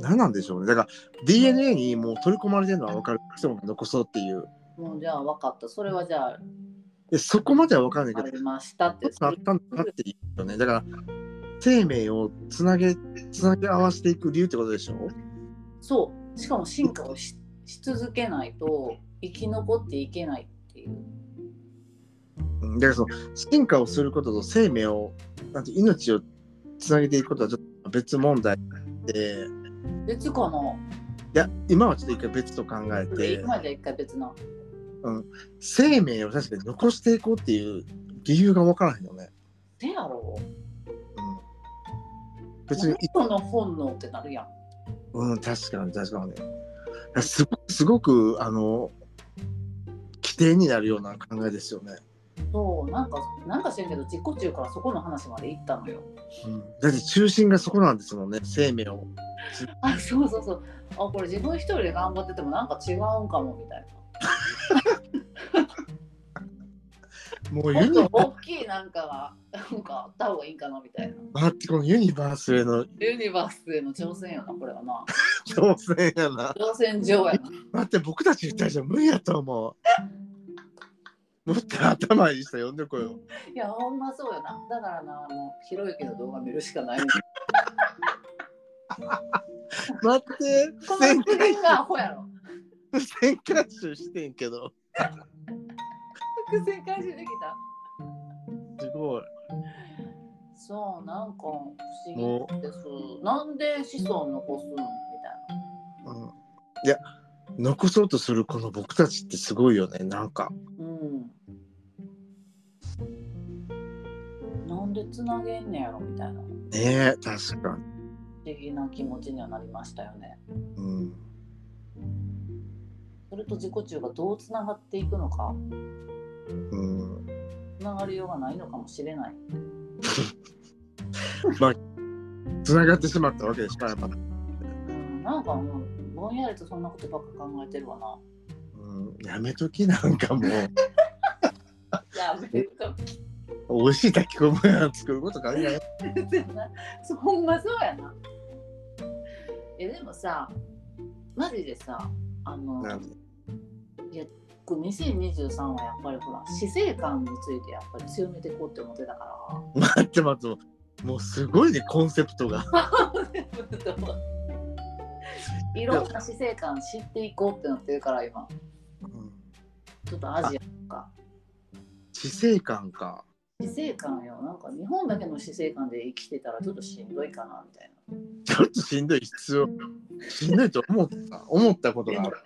何なんでしょうねだから DNA にもう取り込まれてるのは分かる子孫が残そうっていうもうじゃあ分かったそれはじゃあでそこまでは分かんないあけどりましたってちょっとあったんだなっていうよねだから生命をつなげつなげ合わせていく理由ってことでしょそうしかも進化をしし続けないと生き残っていけないっていううんだからその進化をすることと生命をなんて命をつなげていくことはちょっと別問題で別かないや今はちょっと一回別と考えて。今じゃ一回別の生命を確かに残していこうっていう理由が分からへんよね。せやろうん、別に、人の本能ってなるやんうん、確かに確かに。すごすごくあの規定になるような考えですよね。そうなんかなんか知らんけど自己中からそこの話まで行ったのようん、だって中心がそこなんですもんね生命を。あそうそうそうあこれ自分一人で頑張っててもなんか違うんかもみたいもうなユニもっとバ大きいなんかがなんかあった方がいいんかなみたいな待ってこのユニバースへのユニバースへの挑戦やなこれはな挑戦やな。挑戦状やな待って僕たちみたいじゃ無理やと思う。もっと頭いい人呼んでこよいや、ほんまそうやな。だからな、もう、ひろゆきの動画見るしかないねん。う。待って この旋発回言がアホやろ。旋回集してんけど。伏線回収できた。すごい。そう、なんか不思も議です。なんで子孫残すんみたいな。うん、いや残そうとするこの僕たちってすごいよねなんかうん。なんでつなげんねやろみたいな不ねえ確かに、思議な気持ちにはなりましたよね。うん、それと自己中がどうつながっていくのか、うん、つながりようがないのかもしれない。つながってしまったわけですからやっぱ、うん、なんかもうぼんやりとそんなことばっか考えてるわな。うん、やめときなんかもうやめるかも美味しい炊き込みご飯作ること考えそうやなそうほんまそうやな。えでもさマジでさあのなんで僕2023はやっぱりほら死生観についてやっぱり強めていこうって思ってたか待って待ってもうすごいねコンセプト が らいろんな死生観知っていこうってなってるから今うんちょっとアジアとか知性感か死生観よなんか日本だけの死生観で生きてたらちょっとしんどいかなみたいな。ちょっとしんどい必要しんどいと思った思ったことがある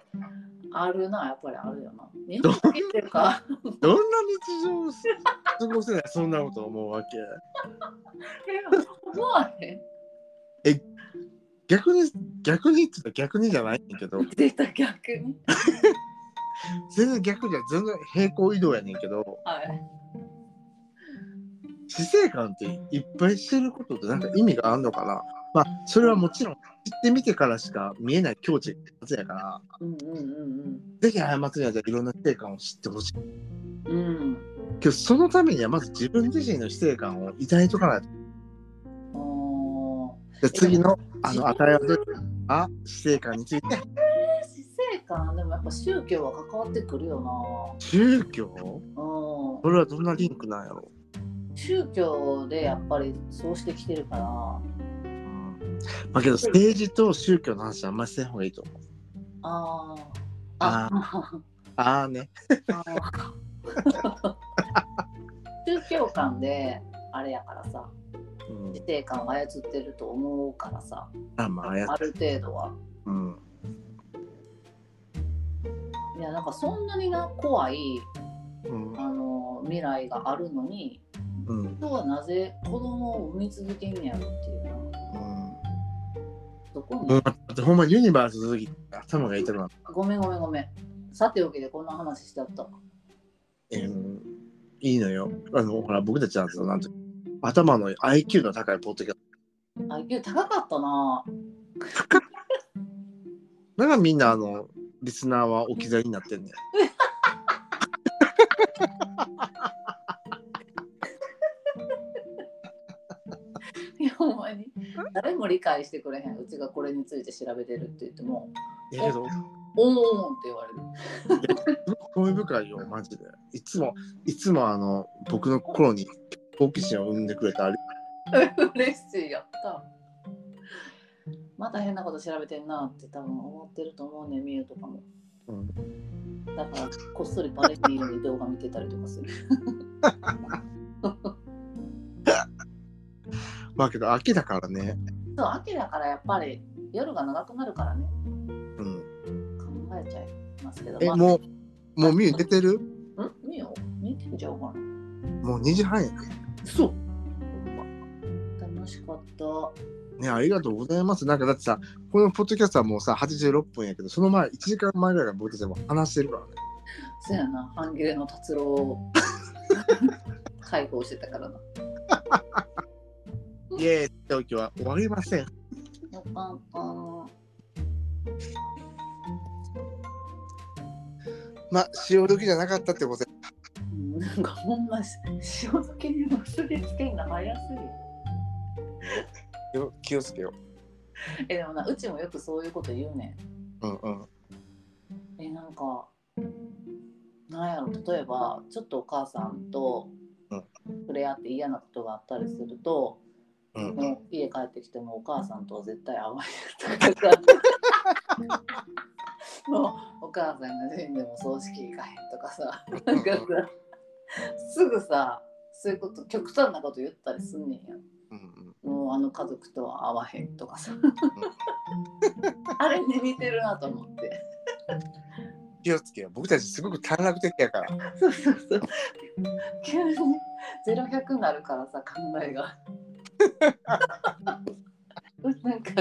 あるなやっぱりあるよな。日本だけっていうかどんな日常を過ごせないそんなこと思うわけ思わへ ん逆に逆にって言ったら逆にじゃないんだけど出た逆に。全然逆じゃ全然平行移動やねんけどはい。死生観っていっぱい知ることってなんか意味があるのかなまあそれはもちろん知ってみてからしか見えない境地が一つやからうんうんうんぜひ過つにはじゃあいろんな死生観を知ってほしいうん。うん。けどそのためにはまず自分自身の死生観を抱いとかないとおで次のあの自与えられるあ死生観についてえー、死生かでもやっぱ宗教は関わってくるよ宗教なうそんれはどんなリンクなんやろ宗教でやっぱりそうしてきてるからうんまあけど政治と宗教の話はあんまりせん方がいいと思う。あーあ ああね。あー宗教観であれやからさうん自。制観を操ってると思うからさあまあやある程度はうん。いやなんかそんなにな怖いうん。あの未来があるのにうん。うん人はなぜ子供を産み続けんねやろっていうなそこに、もう待ってほんまユニバース続き頭が痛くなった。ごめんごめんごめんさておきでこんな話しちゃったうんいいのよ。あのほら僕たちなんてなんて頭の IQ の高いポッドキャス IQ 高かったなト。なんかみんなあのリスナーは置き去りになってんねん。いやほんまに誰も理解してくれへんうちがこれについて調べてるって言ってもいやけど「おーん」って言われる興味深いよマジで。いつもいつもあの僕の心に好奇心を生んでくれたあれ。嬉しいやったまた変なこと調べてんなって多分思ってると思うねみゆとかもうんだからこっそりバレているように動画見てたりとかするまあけど秋だからね。そう秋だからやっぱり夜が長くなるからねうん。考えちゃいますけどえ、まあもう、もうみゆ寝てるんみゆ寝てんじゃんかなもう2時半やね。そう楽しかったね、ありがとうございます。なんかだってさ、このポッドキャストはもうさ、86分やけど、その前、1時間前ぐらいから僕たちも話してるからね。そやな半切れの達郎を解放してたからなイエーイ、今日は終わりません。よかったまあ、潮時じゃなかったってことで。うんなんかほんまし塩漬けに結びつけんの早すぎよ気をつけよえでもなうちもよくそういうこと言うねう。うんうん。んえなんかなんやろ例えばちょっとお母さんとうん触れ合って嫌なことがあったりすると、うんもう家帰ってきてもお母さんとは絶対会わないとかさもうお母さんが死んでも葬式行かへんとかさなんかさすぐさそういうこと極端なこと言ったりすんねんやうんもうあの家族とは会わへんとかさ あれに似てるなと思って気をつけよう。僕たちすごく短絡的やから。そうそうそう急に0100になるからさ考えがなんか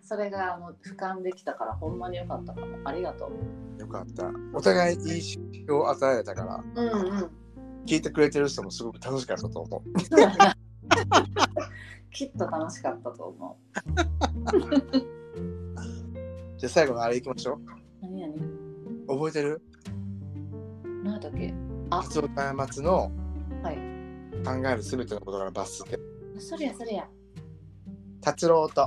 それがあの俯瞰できたからほんまによかったかもありがとうよかった。お互いいい刺激を与えられたから、うんうん聞いてくれてる人もすごく楽しかったと思う。そうやな きっと楽しかったと思うじゃあ最後のあれいきましょ何やねう。覚えてる何やったっけあ初音端末のはい考えるすべてのことから罰すてそれやそれや達郎と過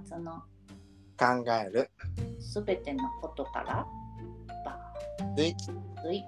ちの考えるすべてのことからばスイッチつい